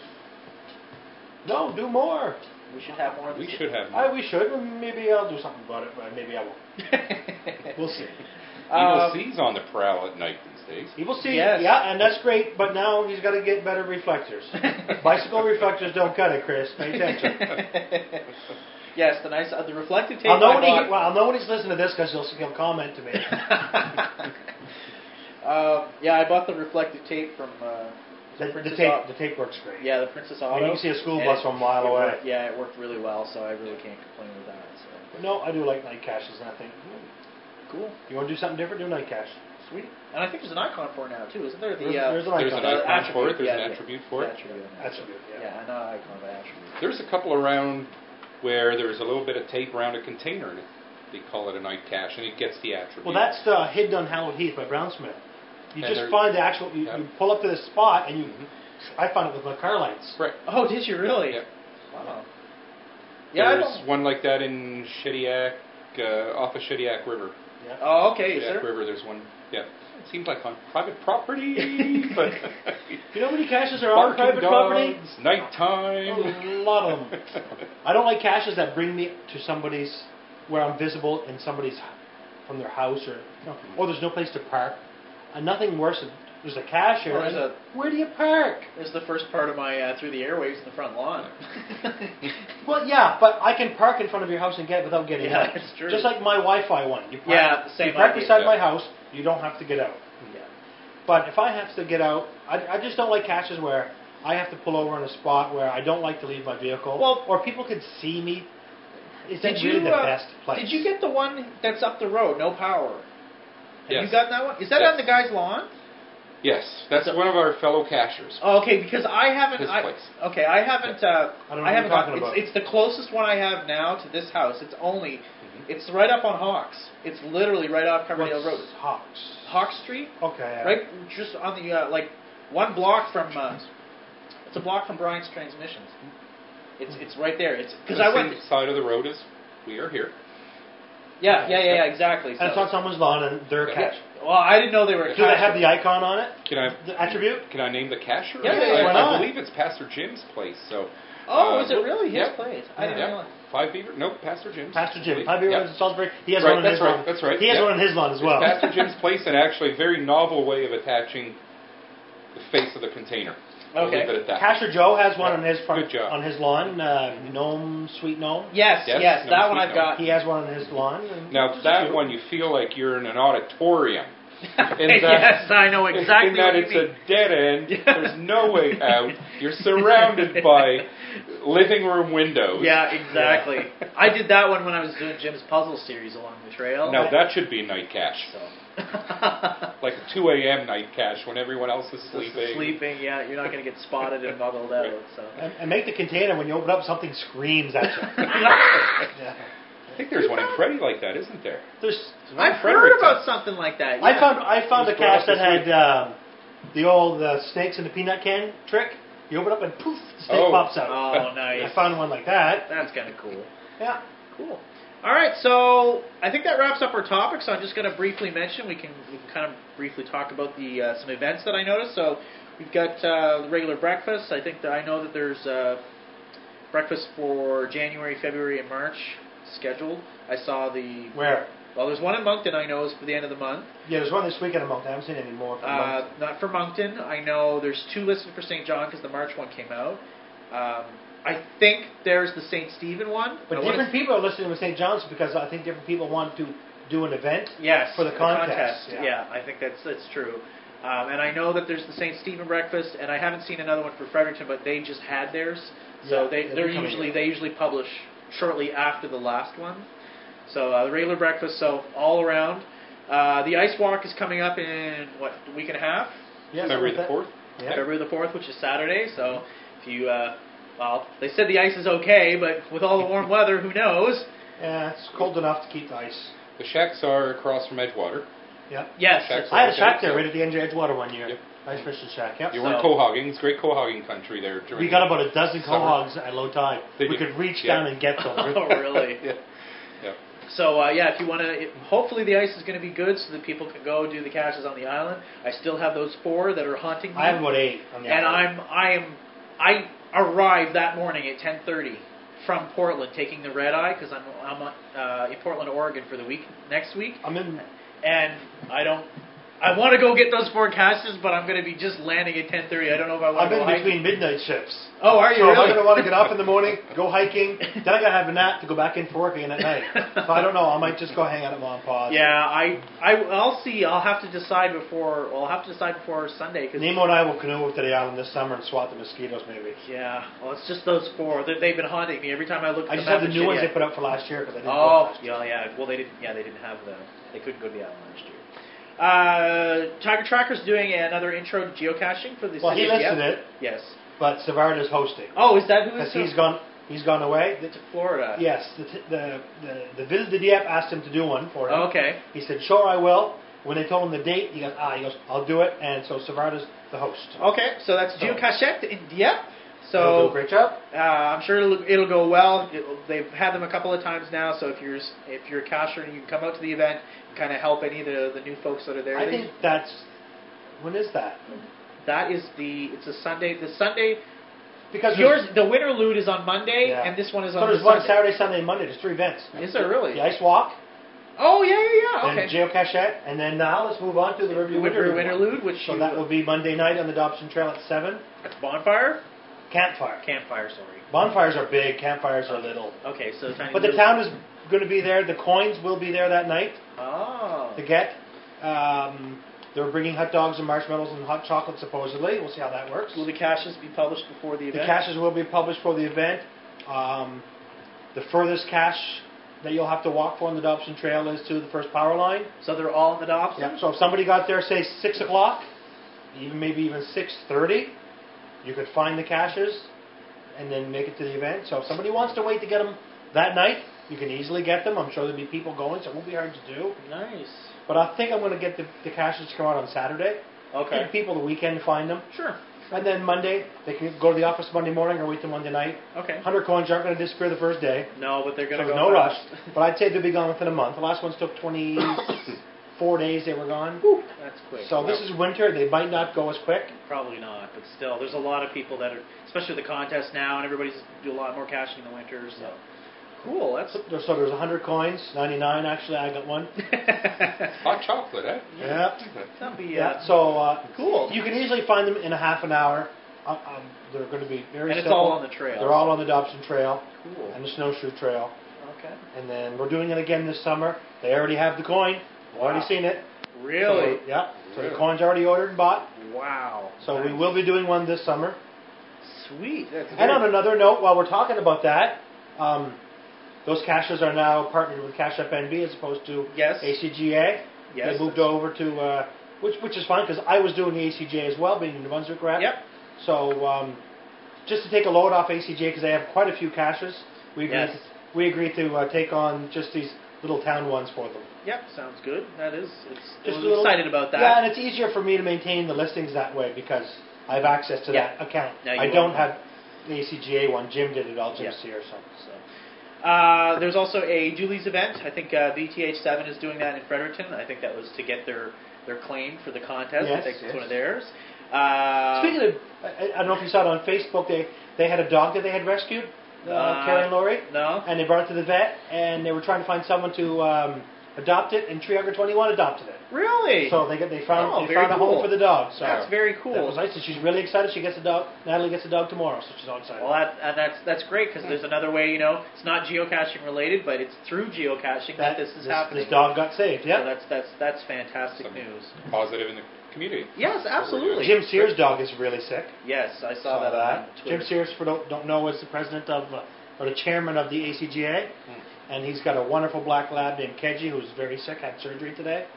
No, do more.
We should have more. Of
We
this.
should have.
I, we should. Maybe I'll do something about it, but maybe I won't. We'll see. uh,
Um,
Evil sees on the prowl at night these days.
He will see.
Yes.
Yeah, and that's great, but now he's got to get better reflectors. Bicycle reflectors don't cut it, Chris. Pay attention. Oh,
yes, the nice uh, the reflective tape.
I'll know,
I
when he,
bought-
well, I'll know when he's listening to this because he'll, he'll comment to me.
um, yeah, I bought the reflective tape from uh,
The, the
Princess
tape,
Au-
the tape works great.
yeah, the Princess
I
Auto.
mean, you can see a school
And
bus
it-
from a mile
it
away.
worked- yeah, it worked really well, so I really can't complain with that. So
No, I do like night caches, and I think hmm,
cool,
you want to do something different, do night cache.
sweet. And I think there's an icon for it now too, isn't there? The
There's-
uh,
there's an
There's
icon.
an
the
icon for it.
attribute,
There's
yeah,
an
yeah,
attribute for
the
it.
attribute on that.
That's good. Yeah.
Yeah, not icon, but attribute.
There's a couple around where there's a little bit of tape around a container, and it, they call it a night cache, and it gets the attribute.
Well, that's the Hidden on Hallowed Heath by Brown Smith. You
And
just
there-
find the actual. You,
Yeah.
you pull up to this spot, and you.
Mhm.
I found it with my car lights.
right.
Oh, did you really?
Yeah.
Wow. Yeah. I
there's
don't-
one like that in Shediac, uh, off of Shediac River.
Yeah.
oh, okay. Is
Shediac
there?
River. There's one. Yeah. It seems like on private property, but
You know how many caches are on private property?
dogs, nighttime.
A lot of them. I don't like caches that bring me to somebody's where I'm visible in somebody's from their house or or there's no place to park. And nothing worse than there's a cache here.
Or there's a-
where do you park?
Is the first part of my uh, through the airwaves in the front lawn.
Well, yeah, but I can park in front of your house and get it without getting
Yeah,
out.
it's true.
Just like my Wi-Fi one. You park,
Yeah, same
You park
idea.
beside
Yeah.
my house. You don't have to get out.
yeah.
But if I have to get out, I, I just don't like caches where I have to pull over in a spot where I don't like to leave my vehicle,
Well-
or people could see me. Is
Did
that
you,
really the
uh,
best place?
Did you get the one that's up the road, no power? Have
Yes.
you gotten that one? Is that
Yes.
on the guy's lawn?
Yes, that's
So-
one of our fellow cashers.
Oh, okay, because I haven't.
This
I,
place.
Okay, I haven't. Uh,
I don't know what
haven't
you're
got-
talking about.
It's, it's the closest one I have now to this house. It's only.
Mm-hmm.
It's right up on Hawks. It's literally right off Coverdale
What's
Road.
Hawks?
Hawks Street,
Okay. yeah.
right, just on the uh, like one block from. Uh, it's a block from Brian's Transmissions. It's it's right there. It's because
The
I went.
same side of the road as we are here.
Yeah, yeah, yeah, yeah, exactly.
And it's
so-
on someone's lawn and they're a
Yeah.
cache.
Well, I didn't know they were.
Do they have the uh, icon on it?
Can I
The attribute?
Can I name the cashier?
Yeah,
I,
yeah, yeah,
I
why not?
believe it's Pastor Jim's place. So.
Oh,
uh,
is it really his
yep.
place? I
Yeah.
didn't
Yep.
realize.
Five Beaver? Nope, Pastor Jim's.
Pastor Jim.
place.
Have you
Yep.
ever in Salisbury? He has
Right,
one on
that's
his
right,
lawn.
that's right,
He has
yep.
one on his lawn as well.
It's Pastor Jim's place, and actually, a very novel way of attaching the face of the container. I'll
Okay.
leave it at that.
Cacher Joe has one
Yeah.
on his front,
Good job.
on his lawn. Uh, gnome, sweet gnome.
Yes, yes,
Yes, no,
that
it's
one
sweet,
I've
no.
got.
He has one on his lawn. and-
Now that one, you feel like you're in an auditorium. In
yes, I know exactly
In that
what you
it's
mean.
a dead end. There's no way out. You're surrounded by living room windows.
Yeah, exactly.
I did that one when I was doing Jim's puzzle series along the trail.
Now that should be a night cache,
So.
like a 2 a.m. night cache when everyone else is
Just
sleeping.
Sleeping, yeah, you're not going to get spotted and muggled out. So.
And, and make the container when you open up, something screams at you. Yeah.
I think there's one in Freddy like that, isn't there?
There's.
I've heard about something like that.
I
yeah.
found I found a
Just brought
cache
up
that
this
had um, the old uh, snakes in the peanut can trick. You open up and poof, the snake
Oh.
pops out.
Oh,
I
nice.
found one like that.
That's kind of cool.
Yeah.
Cool. All right, so I think that wraps up our topics. I'm just going to briefly mention we can, we can kind of briefly talk about the uh, some events that I noticed. So we've got uh, the regular breakfast. I think that I know that there's uh, breakfast for January, February, and March scheduled. I saw the
Where?
well, there's one in Moncton I know is for the end of the month.
Yeah, there's one this weekend in Moncton. I haven't seen any more. for
Uh,
months.
not for Moncton. I know there's two listed for St. John because the March one came out. Um, I think there's the St. Stephen one.
but
I wanna
different people are listening with St. John's because I think different people want to do an event.
Yes,
For the contest,
Yeah.
yeah.
I think that's that's true. Um, and I know that there's the St. Stephen breakfast, and I haven't seen another one for Fredericton, but they just had theirs, so
Yeah,
they
they'll
they're
be coming
usually
here.
they usually publish shortly after the last one. So uh, the regular breakfast, so all around. Uh, the ice walk is coming up in what a week and a half,
Yeah,
February
something
the
like
fourth.
that. Yeah.
February the fourth, which is Saturday. So if you uh, well, they said the ice is okay, but with all the warm weather, who knows?
Yeah, it's cold enough to keep the ice.
The shacks are across from Edgewater.
Yeah.
Yes,
Check.
I had a
Okay,
shack there
so-
right at the end of Edgewater one year.
Yep.
Ice fishing shack. Yep.
You were in
So-
cohogging. It's great cohogging country there. During
We got about a dozen
Summer.
cohogs at low tide.
Did
we
you?
could reach
Yeah.
down and get them.
oh really?
Yeah. yeah.
So uh, yeah, if you want to, hopefully the ice is going to be good so that people can go do the caches on the island. I still have those four that are haunting me,
I have about eight. On the
and
island.
I'm I'm I arrived that morning at 10:30 from Portland, taking the red eye because I'm I'm uh, in Portland, Oregon for the week next week,
I'm in.
and I don't. I want to go get those four caches, but I'm going to be just landing at 10:30. I don't know if I want
I'm
to go
in
hiking.
between midnight shifts.
Oh, are you
So I'm
really?
gonna want to get up in the morning, go hiking, then I gotta have a nap to go back in for work again at night. So I don't know. I might just go hang out at Mom and Pa's.
Yeah, I, I I'll see. I'll have to decide before. Well, I'll have to decide before Sunday because
Nemo and I will canoe to the island this summer and swat the mosquitoes. Maybe.
Yeah, well, it's just those four. They, they've been haunting me every time I look. At
I
the
just have the
map,
new
shit,
ones
yeah.
they put up for last year because I didn't.
Oh,
go.
yeah, yeah. Well, they didn't. Yeah, they didn't have the. They couldn't go to the island last year. Uh, Tiger Tracker's doing another intro to geocaching for the.
Well, he
city of
listed
Dieppe.
it,
Yes.
but Savard is hosting
Oh, is that who?
because
is
he's gone. He's gone away. The-
to Florida.
Yes, the, t- the the the Ville de Dieppe asked him to do one for him.
Oh, okay.
He said, "Sure, I will." When they told him the date, he goes, "Ah," he goes, "I'll do it." And so Savard is the host.
Okay. So that's
So-
geocaching in Dieppe
They'll do
Oh, So
a great job.
uh, I'm sure it'll, it'll go well. It'll, they've had them a couple of times now, so if you're s- if you're a cashier and you can come out to the event, and kind of help any of the, the new folks that are there.
I
They-
think that's when is that?
that is the it's a Sunday. The Sunday
Because
yours the winter loot is on Monday,
Yeah.
and this one is
there's, so
on
there's
the
one
Sunday.
Saturday, Sunday, and Monday. There's three events.
Is there really?
The ice walk,
Oh yeah yeah yeah.
and
Okay.
then Geo Cachette, and then now let's move on to the Riverview
Winter, winter
Winter, Loop.
Lude, which
So
you-
that will be Monday night on the Dobson Trail at seven.
bonfire,
Campfire.
campfire. Sorry.
Bonfires are big. Campfires are little.
Okay, so tiny.
But the
little-
town is going to be there. The coins will be there that night
Oh.
to get. Um, they're bringing hot dogs and marshmallows and hot chocolate supposedly. We'll see how that works.
Will the caches be published before the
The
event?
caches will be published for the event. Um, the furthest cache that you'll have to walk for on the Dobson Trail is to the first power line.
so they're all in the Dobson.
Yeah. So if somebody got there, say six o'clock, even maybe even six thirty, you could find the caches and then make it to the event. So if somebody wants to wait to get them that night, you can easily get them. I'm sure there'll be people going, so it won't be hard to do.
Nice.
But I think I'm going to get the, the caches to come out on Saturday. Give
Okay.
people the weekend to find them,
Sure.
and then Monday they can go to the office Monday morning or wait till Monday night.
Okay.
Hundred coins aren't going to disappear the first day.
No, but they're gonna
So
go.
no rush,
fast.
but I'd say they'll be gone within a month. The last ones took 24 days. They were gone.
That's quick.
So this is winter. They might not go as quick.
probably not, but still, there's a lot of people that are, especially the contest now, and everybody's do a lot more caching in the winter. So cool. That's.
So there's 100 coins, 99 actually. I got one.
Hot chocolate, eh?
Yeah.
That'd be, uh,
Yeah. So uh,
cool.
you can easily find them in a half an hour. Uh, um, they're going to be very
and it's
simple.
all on the trail.
They're all on the Dobson Trail
cool.
and the Snowshoe Trail.
Okay.
And then we're doing it again this summer. They already have the coin. We've already
Wow.
seen it.
Really?
So, yeah. So
Really?
the coin's already ordered and bought.
wow.
So we
Nice.
will be doing one this summer.
Sweet. That's
And on
very-
another note, while we're talking about that, um, those caches are now partnered with Cash App NB as opposed to
Yes.
ACGA.
Yes.
They moved over to, uh, which which is fine because I was doing the ACGA as well, being the Brunswick rep.
Yep.
So um, just to take a load off ACGA because they have quite a few caches. We agreed
Yes.
we agreed to uh, take on just these little town ones for them.
Yep. Sounds good. That is. It's. I was
Just a little-
excited about that.
Yeah, and it's easier for me to maintain the listings that way because I have access to
Yeah.
that account.
Now you
I don't
will.
have the ACGA one. Jim did it all. Jim
Yeah.
Sear. So.
So, uh, there's also a Julie's event. I think uh, VTH7 is doing that in Fredericton. I think that was to get their, their claim for the contest. I
Yes,
think it's
yes.
one of theirs. Uh,
Speaking of, I, I don't know if you saw it on Facebook. They they had a dog that they had rescued, uh,
Uh,
Carrie and Lori,
no,
and they brought it to the vet, and they were trying to find someone to um, adopt it, and Triagra Twenty One adopted it.
really?
So they get they found
Oh,
they
very
found a
cool.
home for the dog. So
that's very cool.
That was nice. And she's really excited. She gets a dog. Natalie gets a dog tomorrow, so she's all excited.
Well, that, uh, that's that's great because there's another way. You know, it's not geocaching related, but it's through geocaching that, this is happening.
This dog got saved.
So
Yeah.
that's that's that's fantastic
Some
news.
Positive in the community.
Yes, absolutely.
Jim Sears' dog is really sick. uh,
Yes, I saw, that on Twitter.
Jim Sears, for don't, don't know, is the president of uh, or the chairman of the ACGA,
Hmm.
and he's got a wonderful black lab named Keji who's very sick, had surgery today.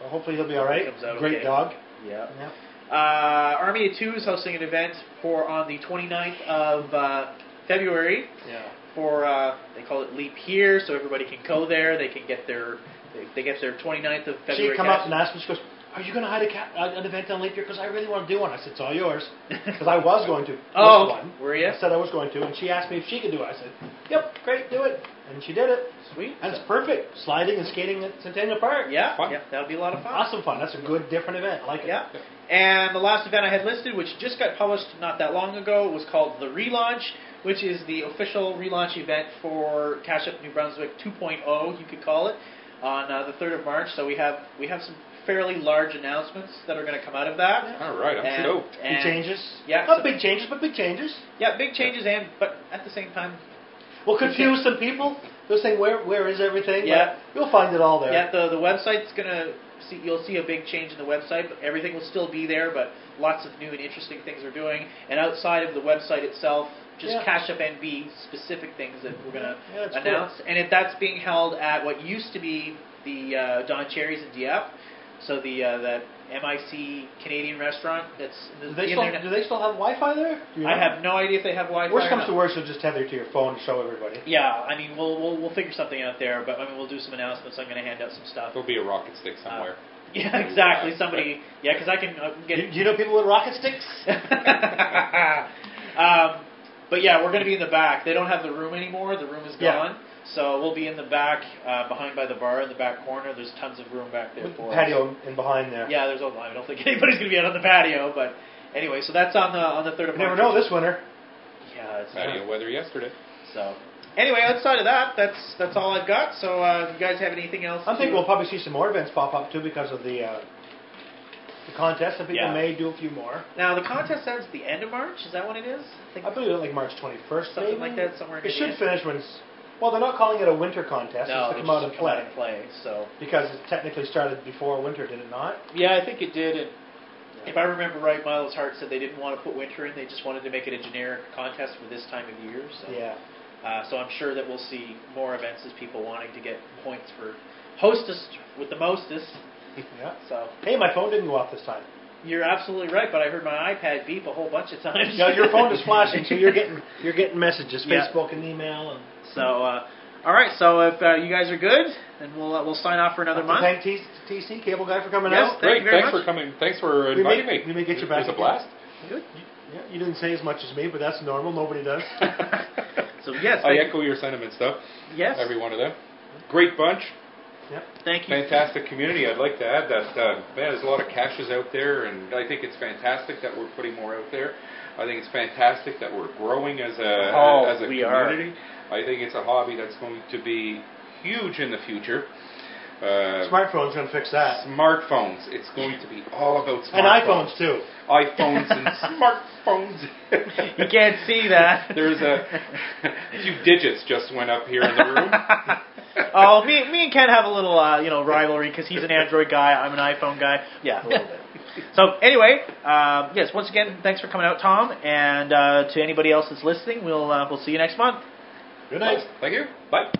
So hopefully he'll be all right.
Comes out
Great
okay.
dog.
Yeah.
Yeah.
Uh, Army of Two is hosting an event for on the 29th of uh, February
yeah.
for uh, they call it Leap Here, so everybody can go there. They can get their they, they get their 29th of
She
February.
come
cash-
up and asked me, she goes, "Are you going to hide a ca- uh, an event on Leap Year? Because I really want to do one." I said, "It's all yours." Because I was going to.
Oh,
host one.
were you?
I said I was going to, and she asked me if she could do it. I said, "Yep, great, do it." And she did it.
Sweet.
And it's perfect. Sliding and skating at Centennial Park.
yeah,
Fun.
yeah, that would be a lot of fun.
Awesome fun. That's a good, different event. I like it.
Yeah. And the last event I had listed, which just got published not that long ago, was called The Relaunch, which is the official relaunch event for Cash Up New Brunswick 2.0, you could call it, on uh, the 3rd of March. So we have we have some fairly large announcements that are going to come out of that.
All right, I'm
And-
stoked.
Big
and-
changes.
Yeah,
Not
so-
big changes, but big changes.
Yeah, big changes and but at the same time,
We'll confuse some people. They'll say, "Where, where is everything?"
Yeah.
But you'll find it all there.
yeah, the the website's gonna see you'll see a big change in the website, but everything will still be there, but lots of new and interesting things we're doing, and outside of the website itself, just
Yeah.
Cash Up NB specific things that we're gonna
Yeah, it's cool.
announce, and if that's being held at what used to be the uh, Don Cherry's in Dieppe, so the uh, that MIC Canadian restaurant that's in
Do
the,
they
the
still
internet.
do they still have Wi-Fi there? Do you
I
know?
have no idea if they have Wi-Fi.
Worst
or
comes
not.
to worst, you'll just tether to your phone to show everybody.
Yeah, I mean we'll we'll, we'll figure something out there, but I mean we'll do some announcements. I'm gonna hand out some stuff.
There'll be a rocket stick somewhere.
Yeah, exactly. Somebody, yeah, because I can uh, get.
You, you know people with rocket sticks?
um, But yeah, we're going to be in the back. They don't have the room anymore. The room is
Yeah.
gone. So we'll be in the back, uh, behind by the bar, in the back corner. There's tons of room back there
With the
for us.
patio in behind there.
Yeah, there's a I don't think anybody's going to be out on the patio, but anyway, so that's on the on the third of
You never
March.
know this winter.
Uh, Yeah, it's not-
Patio weather yesterday.
So anyway, outside of that, that's that's all I've got. So uh, you guys have anything else?
I think
to-
we'll probably see some more events pop up too because of the uh, the contest. And people
Yeah.
may do a few more.
Now the contest ends at the end of March. Is that when it is? I think
I believe it's like March 21st,
something like
maybe.
that somewhere. in
It should
May.
finish when. s- Well, they're not calling it a winter contest.
No,
it's
they
to come out
just
and
come
play
out and play. So
because it technically started before winter, did it not?
yeah, I think it did. And if I remember right, Milo's Hart said they didn't want to put winter in. They just wanted to make it a generic contest for this time of year. So
Yeah.
Uh, so I'm sure that we'll see more events as people wanting to get points for hostess with the mostest.
Yeah.
So
Hey, my phone didn't go off this time.
you're absolutely right, but I heard my iPad beep a whole bunch of times.
No, your phone is flashing, so you're getting you're getting messages,
Yeah.
Facebook and email, and
So, uh, all right. So if uh, you guys are good, then we'll uh, we'll sign off for another
Have to
month.
Thank T- TC Cable Guy for coming
Yes,
out.
Thank
Great,
you very
thanks
much.
for coming. Thanks for
We may-
inviting me.
we may get you
It was
back
a
again.
blast.
Good.
Yeah, you didn't say as much as me, but that's normal. Nobody does.
So yes,
I
thank-
echo your sentiments, though.
yes.
Every one of them. Great bunch.
Yep.
Thank you.
Fantastic community. I'd like to add that uh, man, there's a lot of caches out there, and I think it's fantastic that we're putting more out there. I think it's fantastic that we're growing as a
Oh,
as a
we are.
community. I think it's a hobby that's going to be huge in the future. Uh,
Smartphone's gonna fix that,
smartphones. It's going to be all about
and
smartphones.
iPhones too.
iPhones and smartphones.
You can't see that.
There's a few digits just went up here in the room.
oh, me, me and Ken have a little uh, you know rivalry because he's an Android guy, I'm an iPhone guy.
yeah.
So anyway, um, yes, once again, thanks for coming out, Tom, and uh, to anybody else that's listening, we'll uh, we'll see you next month.
Good night.
Thank you. Bye.